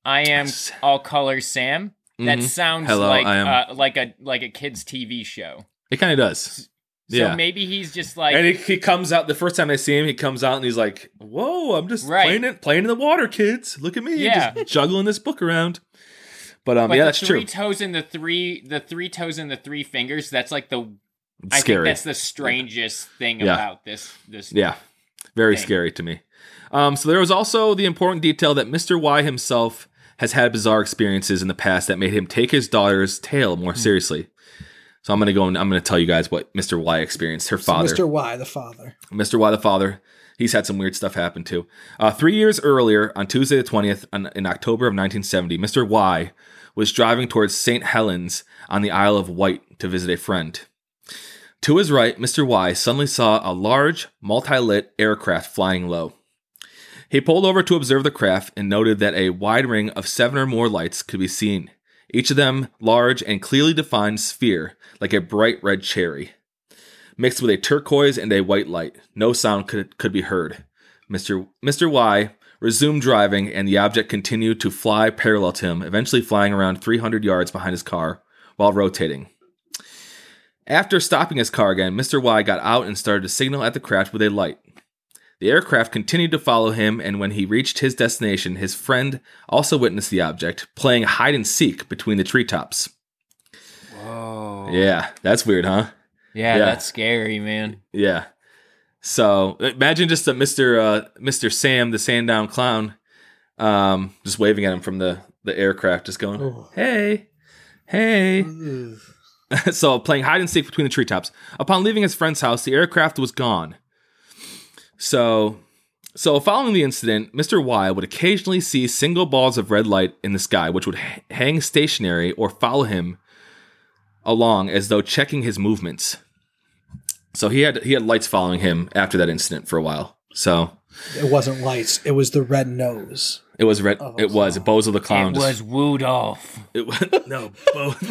Speaker 3: I am
Speaker 2: S-
Speaker 3: all color Sam. That
Speaker 2: Mhm.
Speaker 3: sounds
Speaker 2: Hello,
Speaker 3: like
Speaker 2: I am-
Speaker 3: uh, like a like a kids TV show.
Speaker 2: It kind of does.
Speaker 3: So
Speaker 2: yeah.
Speaker 3: maybe he's just like
Speaker 2: and he, he comes out the first time I see him, he comes out and he's like, "Whoa, I'm just
Speaker 3: Right.
Speaker 2: playing it, playing in the water, kids. Look at me,
Speaker 3: Yeah.
Speaker 2: just juggling this book around." But um,
Speaker 3: but
Speaker 2: yeah,
Speaker 3: the
Speaker 2: that's
Speaker 3: three
Speaker 2: true.
Speaker 3: toes and the three the three toes and the three fingers. That's like the
Speaker 2: It's
Speaker 3: I think
Speaker 2: scary.
Speaker 3: that's the strangest thing
Speaker 2: Yeah.
Speaker 3: about this this.
Speaker 2: yeah, very
Speaker 3: Dang.
Speaker 2: scary to me. Um, so there was also the important detail that Mr. Y himself has had bizarre experiences in the past that made him take his daughter's tale more
Speaker 3: Hmm.
Speaker 2: seriously. So I'm gonna go and I'm gonna tell you guys what Mr. Y experienced. Her
Speaker 4: So
Speaker 2: father,
Speaker 4: Mr. Y, the father.
Speaker 2: Mr. Y, the father, he's had some weird stuff happen too. Uh, three years earlier, on Tuesday the 20th, on, in October of 1970, Mr. Y was driving towards St. Helens on the Isle of Wight to visit a friend. To his right, Mr. Y suddenly saw a large, multi lit aircraft flying low. He pulled over to observe the craft and noted that a wide ring of seven or more lights could be seen, each of them large and clearly defined sphere, like a bright red cherry mixed with a turquoise and a white light. No sound could, could be heard. Mr. Mr. Y resumed driving, and the object continued to fly parallel to him, eventually flying around 300 yards behind his car while rotating. After stopping his car again, Mr. Y got out and started to signal at the craft with a light. The aircraft continued to follow him, and when he reached his destination, his friend also witnessed the object playing hide and seek between the treetops.
Speaker 3: Whoa.
Speaker 2: Yeah, that's weird, huh?
Speaker 3: Yeah,
Speaker 2: Yeah.
Speaker 3: that's scary, man.
Speaker 2: Yeah. So imagine just a Mister uh, Mister Sam the Sandown Clown, um, just waving at him from the the aircraft, just going,
Speaker 4: Oh.
Speaker 2: "Hey, hey."
Speaker 4: Ugh.
Speaker 2: so playing hide and seek between the treetops. Upon leaving his friend's house, the aircraft was gone. So, so following the incident, Mr. Y would occasionally see single balls of red light in the sky, which would h- hang stationary or follow him along as though checking his movements. So he had he had lights following him after that incident for a while. So
Speaker 4: It wasn't lights. It was the red nose.
Speaker 2: it was red.
Speaker 4: Oh,
Speaker 2: it was Bozo the clown.
Speaker 3: It
Speaker 2: just-
Speaker 3: was Woodolph.
Speaker 2: It was no both.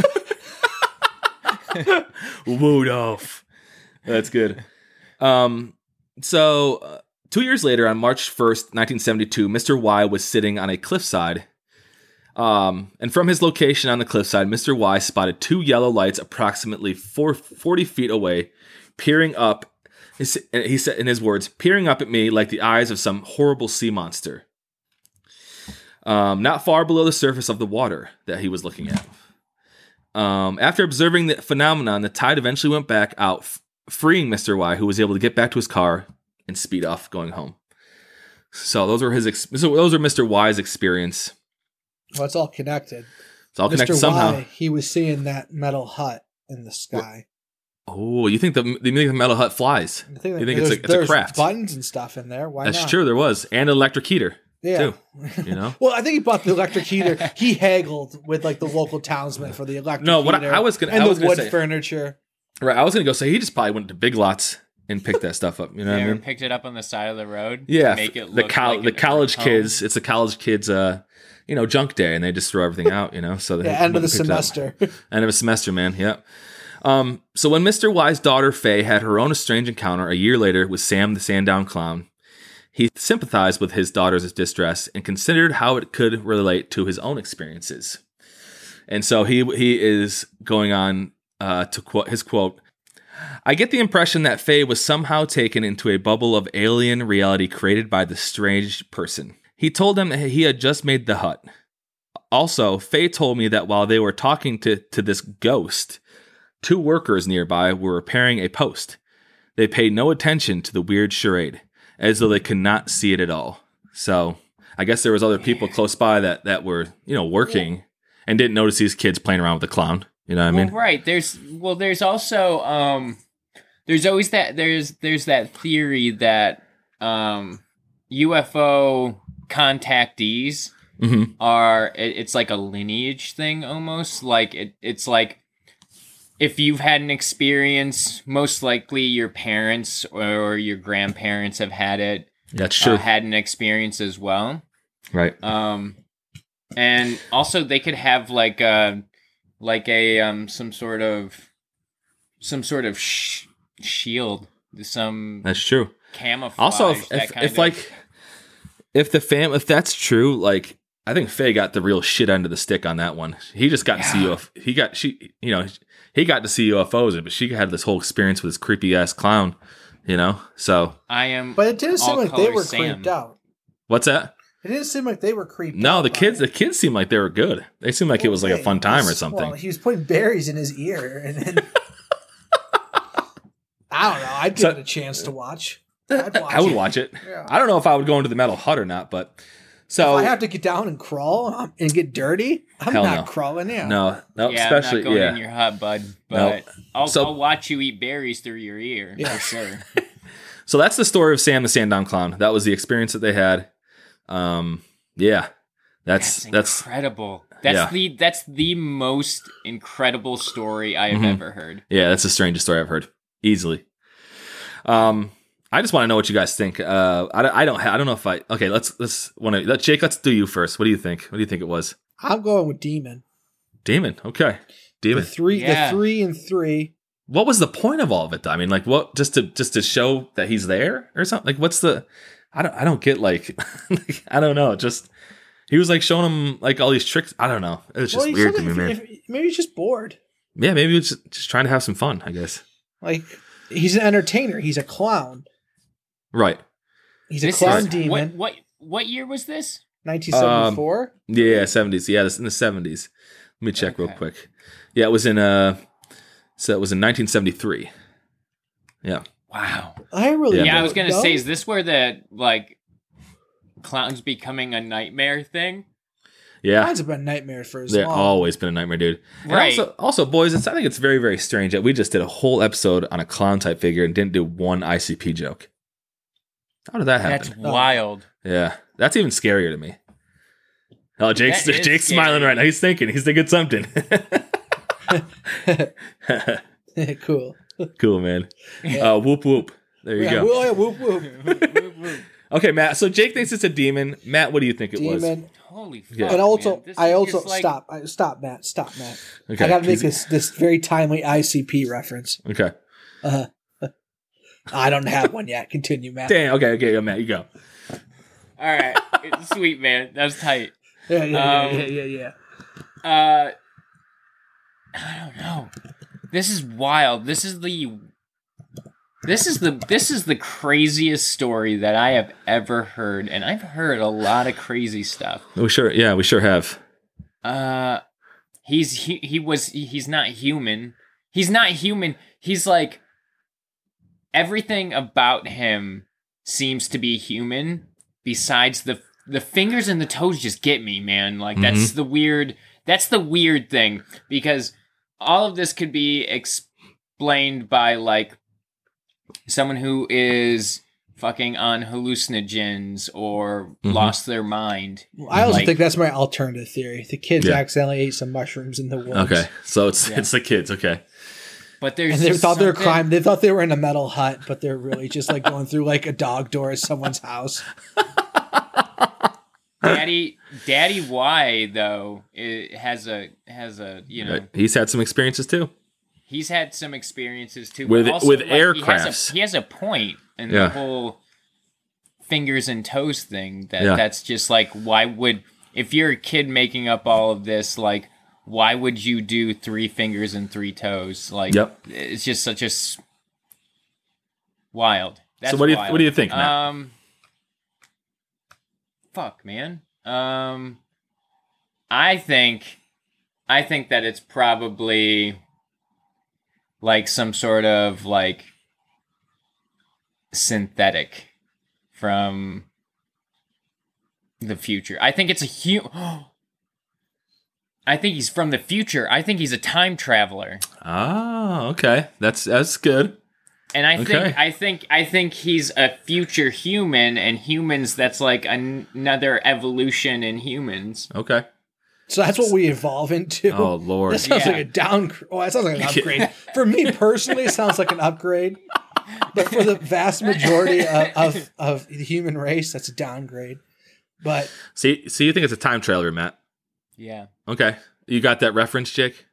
Speaker 2: Rudolph. That's good. Um, so uh, two years later, on March first, nineteen seventy-two, Mister Y was sitting on a cliffside. Um, and from his location on the cliffside, Mr. Y spotted two yellow lights approximately four, 40 feet away, peering up. He s- He said, in his words, peering up at me like the eyes of some horrible sea monster um, not far below the surface of the water that he was looking at. Um, after observing the phenomenon, the tide eventually went back out, f- freeing Mr. Y, who was able to get back to his car and speed off going home. So those were his. Ex- so those are Mr. Y's experience.
Speaker 4: Well, it's all connected.
Speaker 2: It's all connected
Speaker 4: Mr.
Speaker 2: somehow.
Speaker 4: Y, he was seeing that metal hut in the sky.
Speaker 2: Oh, you think the you think the metal hut flies?
Speaker 4: I think,
Speaker 2: You think
Speaker 4: there's-
Speaker 2: it's a it's a
Speaker 4: there's
Speaker 2: craft?
Speaker 4: buttons and stuff in there. Why
Speaker 2: That's
Speaker 4: not?
Speaker 2: true. There was and an electric heater.
Speaker 4: Yeah.
Speaker 2: You know.
Speaker 4: Well, I think he bought the electric heater. he haggled with like the local townsman for the electric.
Speaker 2: No, what I-
Speaker 4: heater
Speaker 2: I was gonna-
Speaker 4: and
Speaker 2: I
Speaker 4: the
Speaker 2: was gonna
Speaker 4: wood
Speaker 2: say-
Speaker 4: furniture.
Speaker 2: right. I was gonna go say he just probably went to Big Lots and picked that stuff up. You know
Speaker 3: They
Speaker 2: what I
Speaker 3: ever
Speaker 2: mean?
Speaker 3: picked it up on the side of the road. to
Speaker 2: Yeah,
Speaker 3: make
Speaker 2: f-
Speaker 3: it
Speaker 2: the
Speaker 3: look
Speaker 2: col-
Speaker 3: like
Speaker 2: the
Speaker 3: an
Speaker 2: college
Speaker 3: home.
Speaker 2: kids. It's the college kids, uh, you know, junk day, and they just throw everything out, you know. So they
Speaker 4: Yeah, end of
Speaker 2: went
Speaker 4: the
Speaker 2: and picked it up.
Speaker 4: semester.
Speaker 2: End of a semester, man. Yep. Um, so when Mr. Y's daughter Faye had her own strange encounter a year later with Sam the Sandown Clown, he sympathized with his daughter's distress and considered how it could relate to his own experiences. And so he he is going on uh, to quote his quote. I get the impression that Faye was somehow taken into a bubble of alien reality created by the strange person. He told them that he had just made the hut. Also, Faye told me that while they were talking to, to this ghost, two workers nearby were repairing a post. They paid no attention to the weird charade, as though they could not see it at all. So I guess there was other people close by that, that were, you know, working and didn't notice these kids playing around with the clown. You know what I mean?
Speaker 3: well, right. There's well, there's also um, there's always that there's there's that theory that um, UFO contactees
Speaker 2: hmm
Speaker 3: are it, it's like a lineage thing almost like it, it's like if you've had an experience most likely your parents or your grandparents have had it
Speaker 2: That's
Speaker 3: uh,
Speaker 2: true.
Speaker 3: had an experience as well
Speaker 2: right.
Speaker 3: um and also they could have like a like a um some sort of some sort of sh- shield some
Speaker 2: That's true.
Speaker 3: camouflage
Speaker 2: Also, if
Speaker 3: that
Speaker 2: if,
Speaker 3: kind
Speaker 2: if
Speaker 3: of-
Speaker 2: like if the fam if that's true, like I think Faye got the real shit end of the stick on that one. He just got to see
Speaker 3: Yeah.
Speaker 2: UFO. He got she you know he got to see UFOs, but she had this whole experience with this creepy ass clown. You know. So
Speaker 3: i am
Speaker 4: But it didn't seem
Speaker 3: All
Speaker 4: like they
Speaker 3: colors
Speaker 4: were
Speaker 3: Sam.
Speaker 4: creeped out.
Speaker 2: what's that?
Speaker 4: It didn't seem like they were creeped out.
Speaker 2: No, the
Speaker 4: by
Speaker 2: kids
Speaker 4: it.
Speaker 2: the kids seemed like they were good. They seemed like it was like a
Speaker 4: Okay,
Speaker 2: fun time or
Speaker 4: he's-
Speaker 2: something.
Speaker 4: Well, he was putting berries in his ear, and then I don't know. I'd give
Speaker 2: So-
Speaker 4: it a chance to watch. I'd watch
Speaker 2: I would
Speaker 4: it.
Speaker 2: watch it.
Speaker 4: Yeah.
Speaker 2: I don't know if I would go into the metal hut or not, but so
Speaker 4: If I have to get down and crawl um, and get dirty, I'm
Speaker 2: Hell
Speaker 4: not
Speaker 2: no.
Speaker 4: crawling in.
Speaker 2: no, no,
Speaker 3: yeah,
Speaker 2: Oh, especially
Speaker 3: I'm not going
Speaker 2: yeah.
Speaker 3: in your hut, bud.
Speaker 2: No.
Speaker 3: But I'll,
Speaker 2: So-
Speaker 3: I'll watch you eat berries through your ear for sure.
Speaker 2: So that's the story of Sam the Sandown Clown. That was the experience that they had. Um, yeah, that's
Speaker 3: That's
Speaker 2: that's,
Speaker 3: incredible. That's
Speaker 2: yeah.
Speaker 3: the that's the most incredible story I have
Speaker 2: Mhm.
Speaker 3: ever heard.
Speaker 2: yeah, that's the strangest story I've heard easily. Um, I just want to know what you guys think. Uh, I, don't- I don't ha- I don't know if I okay. Let's let's want to let Jake. Let's do you first. What do you think? What do you think it was?
Speaker 4: I'm going with demon.
Speaker 2: Demon. Okay,
Speaker 4: The
Speaker 2: demon.
Speaker 4: three,
Speaker 3: Yeah.
Speaker 4: the three and three.
Speaker 2: What was the point of all of it? though? I mean, like, what just to just to show that he's there or something? Like, what's the? I don't I don't get like, like, I don't know. Just he was like showing him like all these tricks. I don't know. It was just
Speaker 4: Well, he
Speaker 2: weird to
Speaker 4: said
Speaker 2: me,
Speaker 4: if-
Speaker 2: man.
Speaker 4: if- maybe he's just bored.
Speaker 2: Yeah, maybe it's just, just trying to have some fun, I guess.
Speaker 4: Like he's an entertainer. He's a clown.
Speaker 2: Right.
Speaker 4: He's a
Speaker 3: This
Speaker 4: clown
Speaker 3: is,
Speaker 4: demon.
Speaker 3: What, what what year was this?
Speaker 4: 1974.
Speaker 2: Yeah, seventies. Yeah, this in the seventies. Let me check real
Speaker 3: Okay.
Speaker 2: quick. Yeah, it was in uh so it was in nineteen seventy three.
Speaker 3: Wow.
Speaker 4: I really.
Speaker 2: Yeah,
Speaker 3: Yeah, I
Speaker 4: don't
Speaker 3: was gonna
Speaker 4: know.
Speaker 3: say, is this where the like clowns becoming a nightmare thing?
Speaker 2: Yeah.
Speaker 4: Clowns have been nightmares for as
Speaker 2: They've
Speaker 4: long.
Speaker 2: always been a nightmare, dude. And
Speaker 3: Right.
Speaker 2: Also, also, boys, it's, I think it's very, very strange that we just did a whole episode on a clown type figure and didn't do one ICP joke. How did that happen?
Speaker 3: That's wild.
Speaker 2: yeah, that's even scarier to me. Oh, Jake's
Speaker 3: That is
Speaker 2: Jake's smiling
Speaker 3: scary.
Speaker 2: right now. He's thinking. He's thinking something.
Speaker 4: cool.
Speaker 2: cool, man. Uh, whoop whoop. There you
Speaker 4: yeah,
Speaker 2: go.
Speaker 4: whoop, whoop, whoop.
Speaker 2: Okay, Matt. So Jake thinks it's a demon. Matt, what do you think it was?
Speaker 4: Demon.
Speaker 3: Holy fuck.
Speaker 2: Yeah.
Speaker 4: and also,
Speaker 3: man. This
Speaker 4: I
Speaker 3: is
Speaker 4: also
Speaker 3: just like-
Speaker 4: stop. I, stop, Matt. Stop, Matt.
Speaker 2: Okay,
Speaker 4: I got to make
Speaker 2: easy.
Speaker 4: this this very timely ICP reference. Uh,
Speaker 2: Okay.
Speaker 4: I don't have one yet. Continue, Matt.
Speaker 2: Damn. Okay. Okay. yeah, Matt, you go.
Speaker 3: All right. Sweet man. That was tight.
Speaker 4: Yeah, yeah,
Speaker 3: Um,
Speaker 4: yeah, yeah, yeah.
Speaker 3: Uh, I don't know. This is wild. This is the this is the this is the craziest story that I have ever heard, and I've heard a lot of crazy stuff.
Speaker 2: We sure. Yeah. We sure have.
Speaker 3: Uh, he's he, he was he- he's not human. He's not human. He's like everything about him seems to be human besides the the fingers and the toes just get me, man. Like
Speaker 4: Mm-hmm.
Speaker 3: that's the weird that's the weird thing because all of this could be explained by like someone who is fucking on hallucinogens or
Speaker 4: Mm-hmm.
Speaker 2: Mhm.
Speaker 3: lost their mind.
Speaker 4: I also
Speaker 3: like-
Speaker 4: think that's my alternative theory. The kids
Speaker 2: Yeah.
Speaker 4: accidentally ate some mushrooms in the woods.
Speaker 2: Okay. So it's
Speaker 3: Yeah.
Speaker 2: it's the kids. Okay.
Speaker 3: But there's
Speaker 4: And they
Speaker 3: just
Speaker 4: thought they were
Speaker 3: something-
Speaker 4: crime. They thought they were in a metal hut, but they're really just like going through like a dog door at someone's house.
Speaker 3: Daddy, Daddy Y though it has a has a you know
Speaker 2: Right. He's had some experiences too.
Speaker 3: he's had some experiences too.
Speaker 2: With-
Speaker 3: but also,
Speaker 2: with
Speaker 3: like, he has a-
Speaker 2: aircrafts.
Speaker 3: he has a point in
Speaker 2: Yeah.
Speaker 3: the whole fingers and toes thing. That
Speaker 2: Yeah.
Speaker 3: that's just like why would if you're a kid making up all of this like why would you do three fingers and three toes? Like
Speaker 2: Yep.
Speaker 3: it's just such a s- wild. That's
Speaker 2: what do you-
Speaker 3: wild.
Speaker 2: what do you think, Matt?
Speaker 3: Um, fuck, man. Um, I think, I think that it's probably like some sort of like synthetic from the future. I think it's a human. I think he's from the future. I think he's a time traveler,
Speaker 2: Oh, okay. That's that's good.
Speaker 3: and I
Speaker 2: Okay.
Speaker 3: think I think I think he's a future human, and humans that's like an- another evolution in humans.
Speaker 2: Okay.
Speaker 4: So that's what we evolve into.
Speaker 2: Oh lord.
Speaker 4: That sounds
Speaker 3: Yeah.
Speaker 4: like a downgrade. Oh, that sounds like an upgrade. for me personally, it sounds like an upgrade. But for the vast majority of, of, of the human race, that's a downgrade. But
Speaker 2: See, so you think it's a time trailer, Matt?
Speaker 3: Yeah,
Speaker 2: Okay. You got that reference, Jake?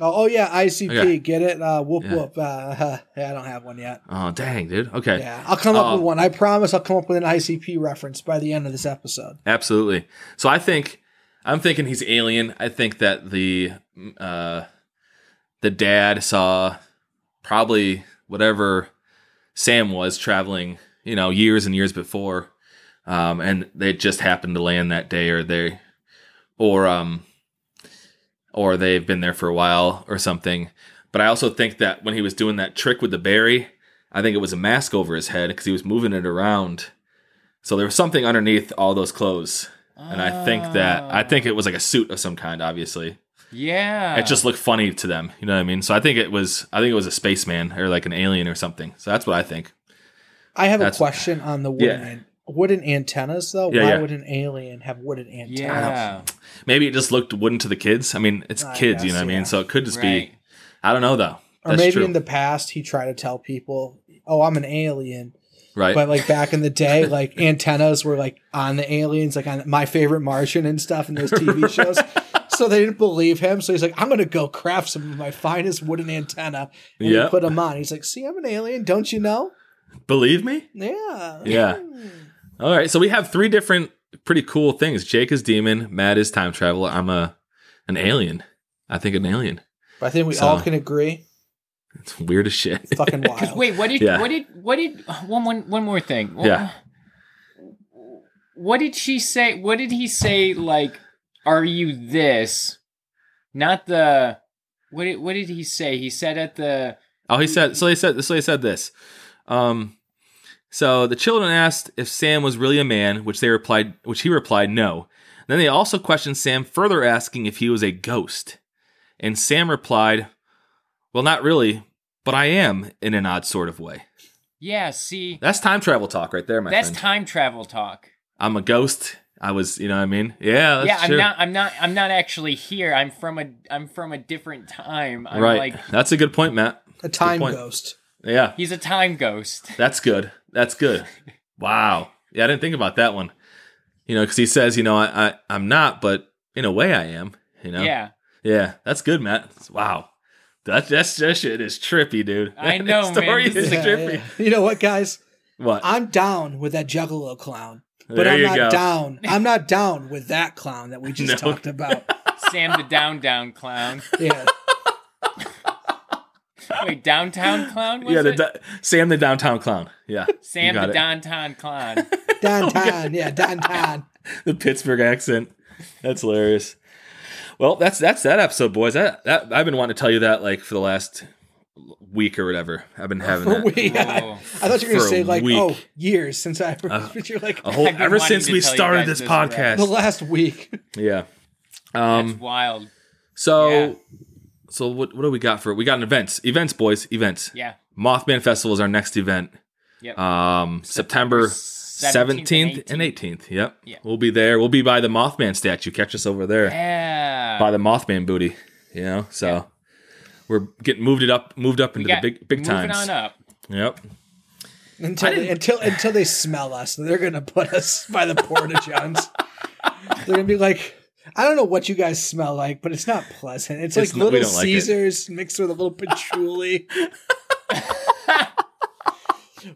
Speaker 4: oh, oh yeah, ICP,
Speaker 2: Okay.
Speaker 4: get it? Uh, whoop
Speaker 2: Yeah.
Speaker 4: whoop. Uh, yeah, I don't have one yet.
Speaker 2: Oh, dang, dude. Okay.
Speaker 4: Yeah, I'll come up
Speaker 2: Uh,
Speaker 4: with one. I promise I'll come up with an ICP reference by the end of this episode.
Speaker 2: Absolutely. So I think I'm thinking he's alien. I think that the uh, the dad saw probably whatever Sam was traveling, you know, years and years before, um, and they just happened to land that day, or they, or um, or they've been there for a while or something. But I also think that when he was doing that trick with the berry, I think it was a mask over his head because he was moving it around. So there was something underneath all those clothes. And I think that I think it was like a suit of some kind, obviously.
Speaker 3: Oh. yeah.
Speaker 2: It
Speaker 4: Oh.
Speaker 2: just looked funny to them. You know what I mean? So I think it was I think it was a spaceman or like an alien or something. So that's what I think.
Speaker 4: I have a
Speaker 2: That's-
Speaker 4: question on the
Speaker 2: Yeah.
Speaker 4: wooden an- wooden antennas though.
Speaker 2: Yeah,
Speaker 4: Why
Speaker 2: yeah.
Speaker 4: would an alien have wooden antennas?
Speaker 3: yeah.
Speaker 2: Maybe it just looked wooden to the kids. I mean, it's
Speaker 4: I
Speaker 2: kids, you know
Speaker 4: guess,
Speaker 2: what I
Speaker 4: yeah.
Speaker 2: mean? So it could just
Speaker 3: Right.
Speaker 2: be I don't know though.
Speaker 4: Or
Speaker 2: That's
Speaker 4: maybe
Speaker 2: true.
Speaker 4: in the past he tried to tell people, "Oh, I'm an alien,"
Speaker 2: right.
Speaker 4: but like back in the day, like antennas were like on the aliens, like on My Favorite Martian and stuff, and those TV shows. So they didn't believe him. So he's like, "I'm gonna go craft some of my finest wooden antenna and he
Speaker 2: Yep.
Speaker 4: put them on." He's like, "See, I'm an alien, don't you know?"
Speaker 2: Believe me?
Speaker 4: Yeah,
Speaker 2: Yeah. All right. So we have three different pretty cool things. Jake is demon, Matt is time traveler, I'm a an alien. I think an alien.
Speaker 4: But I think we
Speaker 2: So-
Speaker 4: all can agree.
Speaker 2: It's weird as shit.
Speaker 4: It's fucking wild.
Speaker 3: Wait, what did
Speaker 2: Yeah.
Speaker 3: what did what did one one one more thing? What-
Speaker 2: Yeah.
Speaker 3: What did she say? What did he say? Like, are you this? Not the. What did, what did he say? He said at the.
Speaker 2: Oh, he said. So they said. So they said this. Um, so the children asked if Sam was really a man, which they replied, which he replied, no. Then they also questioned Sam, further asking if he was a ghost, and Sam replied, "Well, not really, but I am in an odd sort of way."
Speaker 3: Yeah. See,
Speaker 2: That's time travel talk right there, my
Speaker 3: that's
Speaker 2: friend.
Speaker 3: time travel talk.
Speaker 2: I'm a ghost. I was, you know, what I mean, yeah, that's
Speaker 3: yeah,
Speaker 2: true.
Speaker 3: I'm not. I'm not. I'm not actually here. I'm from a. I'm from a different time. I'm
Speaker 2: right.
Speaker 3: Like
Speaker 2: that's a good point, Matt.
Speaker 4: A time
Speaker 2: point.
Speaker 4: ghost.
Speaker 2: Yeah,
Speaker 3: he's a time ghost.
Speaker 2: That's good. That's good. Wow. Yeah, I didn't think about that one. You know, because he says, you know, I, I I'm not, but in a way I am. You know.
Speaker 3: Yeah.
Speaker 2: Yeah. That's good, Matt. Wow. That that's that shit is trippy, dude.
Speaker 3: I
Speaker 2: That
Speaker 3: know,
Speaker 2: Story
Speaker 3: man.
Speaker 2: is
Speaker 4: Yeah,
Speaker 2: trippy.
Speaker 4: yeah. You know what, guys?
Speaker 2: What?
Speaker 4: I'm down with that Juggalo clown, but
Speaker 2: There
Speaker 4: I'm
Speaker 2: you
Speaker 4: not
Speaker 2: go.
Speaker 4: down. I'm not down with that clown that we just
Speaker 2: No.
Speaker 4: talked about.
Speaker 3: Sam the down down clown.
Speaker 4: Yeah,
Speaker 3: Wait, downtown clown. Was
Speaker 2: yeah, the
Speaker 3: it?
Speaker 2: do- Sam the downtown clown. Yeah. you
Speaker 3: Sam
Speaker 2: got
Speaker 3: the
Speaker 2: it.
Speaker 3: downtown clown.
Speaker 2: Oh,
Speaker 4: downtown. Yeah, downtown.
Speaker 2: the Pittsburgh accent. That's hilarious. Well, that's that's that episode, boys. That, that I've been wanting to tell you that like for the last week or whatever. I've been having
Speaker 4: For
Speaker 2: that.
Speaker 4: we, I,
Speaker 3: Whoa.
Speaker 4: thought you were going
Speaker 2: Oh. For
Speaker 4: to
Speaker 2: a
Speaker 4: say like,
Speaker 2: week. Uh, oh.
Speaker 4: oh, years since I. but you're like
Speaker 2: a whole
Speaker 3: I've been
Speaker 2: ever
Speaker 3: wanting
Speaker 2: since
Speaker 3: to
Speaker 2: we
Speaker 3: tell you
Speaker 2: started
Speaker 3: guys
Speaker 2: this
Speaker 3: this
Speaker 2: podcast.
Speaker 4: the last week.
Speaker 2: Yeah.
Speaker 3: That's
Speaker 2: Um.
Speaker 3: wild.
Speaker 2: So
Speaker 3: yeah.
Speaker 2: so what what do we got for we got an events events boys events
Speaker 3: Yeah.
Speaker 2: Mothman Festival is our next event.
Speaker 3: Yep.
Speaker 2: Um. September.
Speaker 3: 17th
Speaker 2: Seventeenth
Speaker 3: and
Speaker 2: and eighteenth. Yep,
Speaker 3: Yeah.
Speaker 2: we'll be there. We'll be by the Mothman statue. Catch us over there
Speaker 3: Yeah.
Speaker 2: by the Mothman booty. You know, so we're getting moved it up, moved up into the
Speaker 3: got-
Speaker 2: big big
Speaker 3: moving
Speaker 2: times.
Speaker 3: on up.
Speaker 2: Yep,
Speaker 4: Until they, until until they smell us, they're gonna put us by the porta johns. they're gonna be like, I don't know what you guys smell like, but it's not pleasant. It's,
Speaker 2: It's
Speaker 4: like
Speaker 2: not- we
Speaker 4: Little
Speaker 2: don't like it.
Speaker 4: Caesars mixed with a little patchouli,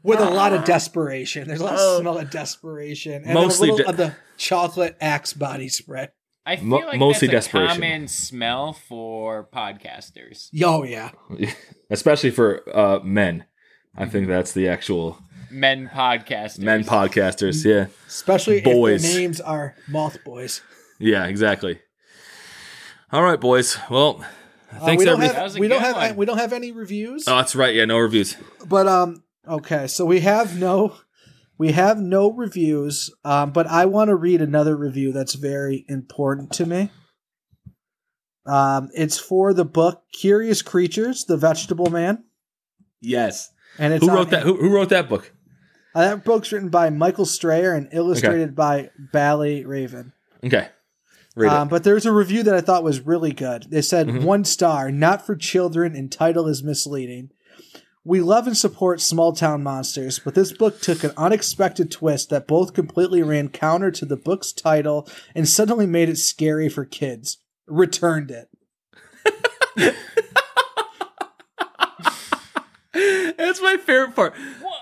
Speaker 4: with a
Speaker 3: Ah.
Speaker 4: lot of desperation. There's a lot
Speaker 3: Oh.
Speaker 4: of smell of desperation, and
Speaker 2: Mostly
Speaker 4: a little
Speaker 2: de-
Speaker 4: of the chocolate axe body spread.
Speaker 3: I feel
Speaker 2: Mo-
Speaker 3: like
Speaker 2: mostly
Speaker 3: mostly that's a
Speaker 2: desperation.
Speaker 3: common smell for podcasters.
Speaker 4: Oh yeah,
Speaker 3: Mm-hmm.
Speaker 2: especially for uh, men. I think that's the actual
Speaker 3: men podcasters.
Speaker 2: Men podcasters,
Speaker 3: Mm-hmm.
Speaker 2: yeah.
Speaker 4: Especially
Speaker 2: Boys.
Speaker 4: if their names are Moth Boys.
Speaker 2: Yeah, exactly. All right, boys. Well,
Speaker 4: Uh,
Speaker 2: thanks
Speaker 4: we don't
Speaker 2: everybody.
Speaker 3: That
Speaker 4: have
Speaker 3: was a
Speaker 4: we don't
Speaker 3: good
Speaker 4: have
Speaker 3: one.
Speaker 4: we don't have any reviews.
Speaker 2: oh, that's right. Yeah, no reviews.
Speaker 4: but um okay so we have no we have no reviews um but i want to read another review that's very important to me um it's for the book curious creatures the vegetable man
Speaker 2: Yes.
Speaker 4: and it's
Speaker 2: Who
Speaker 4: on-
Speaker 2: wrote that? Who, who wrote that book?
Speaker 4: uh, that book's written by michael strayer and illustrated by bally raven
Speaker 2: Okay. Read
Speaker 4: um, but there's a review that I thought was really good. They said
Speaker 2: Mhm.
Speaker 4: one star, not for children, and title is misleading. We love and support small town monsters, but this book took an unexpected twist that both completely ran counter to the book's title and suddenly made it scary for kids. Returned it.
Speaker 2: it. That's my favorite part.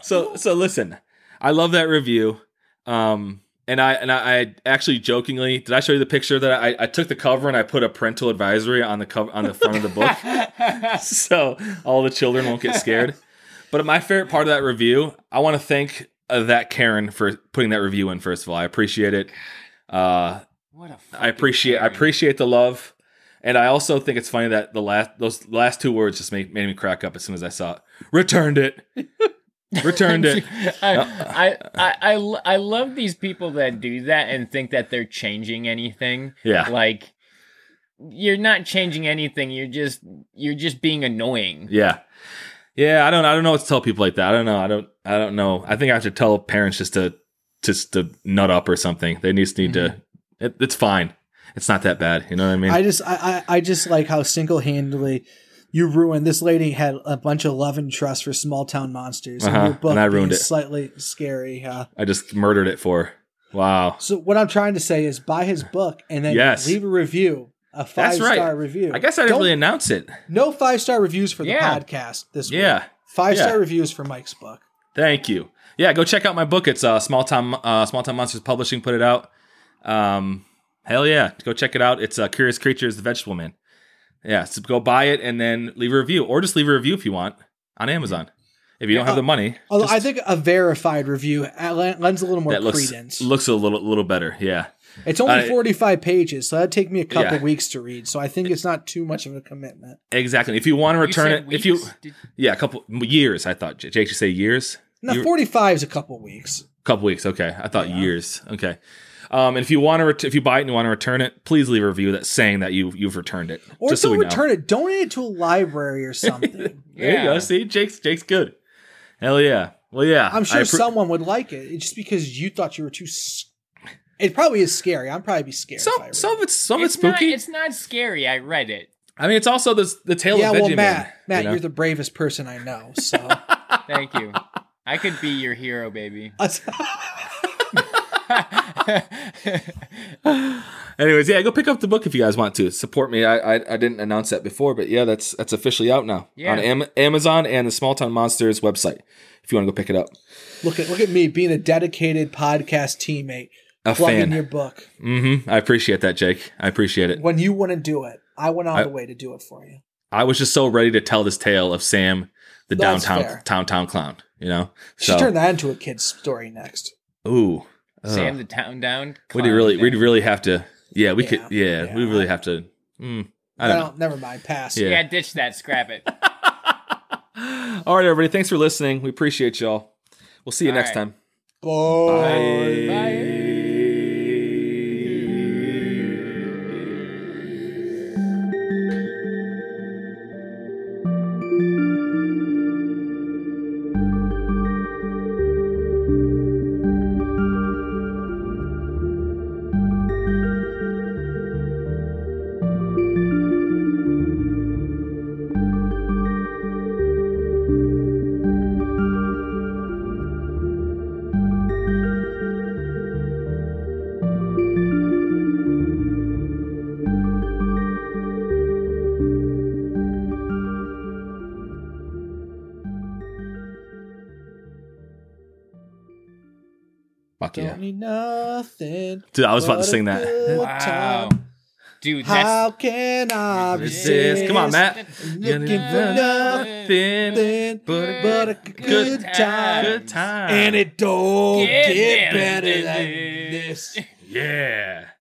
Speaker 2: So so listen, I love that review. Um, and I and I, I actually jokingly did I show you the picture that I, I took the cover and I put a parental advisory on the cover on the front of the book. so all the children won't get scared. But my favorite part of that review, I want to thank uh, that Karen for putting that review in. First of all, I appreciate it. Uh,
Speaker 3: what a
Speaker 2: I appreciate I appreciate the love, and I also think it's funny that the last those last two words just made, made me crack up as soon as I saw it. Returned it. Returned it.
Speaker 3: I, I, I, I, lo- I love these people that do that and think that they're changing anything.
Speaker 2: Yeah.
Speaker 3: Like you're not changing anything. You're just you're just being annoying.
Speaker 2: Yeah. Yeah, I don't I don't know what to tell people like that. I don't know. I don't I don't know. I think I have to tell parents just to just to nut up or something. They just need to it, it's fine. It's not that bad. You know what I mean?
Speaker 4: I just, I, I, I just like how single handedly you ruined. This lady had a bunch of love and trust for small town monsters,
Speaker 2: Uh-huh,
Speaker 4: and your book
Speaker 2: and I ruined
Speaker 4: being
Speaker 2: it.
Speaker 4: slightly scary. Huh?
Speaker 2: I just murdered it for. her. Wow.
Speaker 4: So what I'm trying to say is buy his book and then
Speaker 2: Yes.
Speaker 4: leave a review, a five
Speaker 2: right.
Speaker 4: star review.
Speaker 2: I guess I didn't
Speaker 4: Don't-
Speaker 2: really announce it.
Speaker 4: no five star reviews for the
Speaker 3: Yeah.
Speaker 4: podcast this week.
Speaker 2: Yeah.
Speaker 4: five
Speaker 2: Yeah.
Speaker 4: star reviews for Mike's book.
Speaker 2: Thank you. Yeah, go check out my book. It's uh, Small Time uh, Small Time Monsters Publishing put it out. Um, hell yeah, go check it out. It's uh, Curious Creatures: The Vegetable Man. Yeah, so go buy it and then leave a review, or just leave a review if you want on Amazon. If you don't have the money,
Speaker 4: Although
Speaker 2: just-
Speaker 4: I think a verified review uh, le- lends a little more
Speaker 2: that looks
Speaker 4: credence.
Speaker 2: looks a little little better. Yeah,
Speaker 4: it's only
Speaker 2: I-
Speaker 4: 45 pages, so that'd take me a couple
Speaker 2: Yeah.
Speaker 4: weeks to read. So I think it's not too much of a commitment.
Speaker 2: exactly. If you want to
Speaker 3: You
Speaker 2: return
Speaker 3: said
Speaker 2: it, if you
Speaker 3: weeks? Did-
Speaker 2: yeah, a couple years. I thought Jake, you say years.
Speaker 4: Now
Speaker 2: You-
Speaker 4: 45 is a couple weeks.
Speaker 2: couple weeks okay i thought years okay um, and if you want to ret- if you buy it and you want to return it please leave a review that saying that you you've returned it
Speaker 4: Or
Speaker 2: just so
Speaker 4: don't
Speaker 2: we know.
Speaker 4: return it. Donate it to a library or something.
Speaker 2: there you go
Speaker 3: Yeah.
Speaker 2: see jake's jake's good hell yeah well yeah
Speaker 4: I'm sure
Speaker 2: I appre-
Speaker 4: someone would like it. It's just because you thought you were too. s it probably is scary. I'd probably be scared. if I
Speaker 2: some
Speaker 4: read
Speaker 2: some
Speaker 4: it.
Speaker 2: of it's some of it's
Speaker 3: It's not,
Speaker 2: oh, spooky
Speaker 3: it's not scary. I read it.
Speaker 2: i mean it's also the the tale
Speaker 4: yeah,
Speaker 2: of
Speaker 4: well,
Speaker 2: Benjamin.
Speaker 4: Matt, Matt,
Speaker 2: you know?
Speaker 4: you are the bravest person I know. So
Speaker 3: Thank you. I could be your hero, baby.
Speaker 2: anyways yeah go pick up the book if you guys want to support me i i, I didn't announce that before but yeah that's that's officially out now
Speaker 3: Yeah.
Speaker 2: on Am- amazon and the small town monsters website if you want to go pick it up
Speaker 4: look at look at me being a dedicated podcast teammate,
Speaker 2: a
Speaker 4: plugging
Speaker 2: fan
Speaker 4: your book
Speaker 2: mm-hmm i appreciate that jake i appreciate it
Speaker 4: when you wouldn't do it. I went out
Speaker 2: I-
Speaker 4: of the way to do it for you.
Speaker 2: I was just so ready to tell this tale of Sam, the
Speaker 4: That's
Speaker 2: downtown
Speaker 4: fair.
Speaker 2: downtown clown. You know,
Speaker 4: Should
Speaker 2: so
Speaker 4: turn that into a kid's story next.
Speaker 2: ooh,
Speaker 3: Sam
Speaker 2: Ugh.
Speaker 3: the town down.
Speaker 2: we'd really, we'd really have to. Yeah, we could.
Speaker 4: Yeah.
Speaker 2: Yeah, we
Speaker 4: Yeah.
Speaker 2: really have to. Mm, I
Speaker 4: I
Speaker 2: don't.
Speaker 4: don't,
Speaker 2: know.
Speaker 4: never mind. Pass.
Speaker 2: Yeah.
Speaker 3: yeah. ditch that. Scrap it.
Speaker 2: All right, everybody. Thanks for listening. We appreciate y'all. We'll see you
Speaker 3: All
Speaker 2: next
Speaker 3: right.
Speaker 2: time.
Speaker 4: Bye.
Speaker 2: Fuck yeah,
Speaker 4: Don't need nothing.
Speaker 2: dude! I was about to
Speaker 4: but a
Speaker 2: sing that.
Speaker 4: good
Speaker 3: Wow.
Speaker 4: time.
Speaker 3: dude,
Speaker 4: How
Speaker 3: that's
Speaker 4: can I
Speaker 2: Resist. Come on, Matt.
Speaker 4: Looking for
Speaker 2: nothing
Speaker 4: nothing
Speaker 2: but a
Speaker 4: but a good time.
Speaker 2: good time.
Speaker 4: And it don't
Speaker 3: Get
Speaker 4: get,
Speaker 3: better than
Speaker 4: better than
Speaker 3: this.
Speaker 4: this.
Speaker 2: yeah.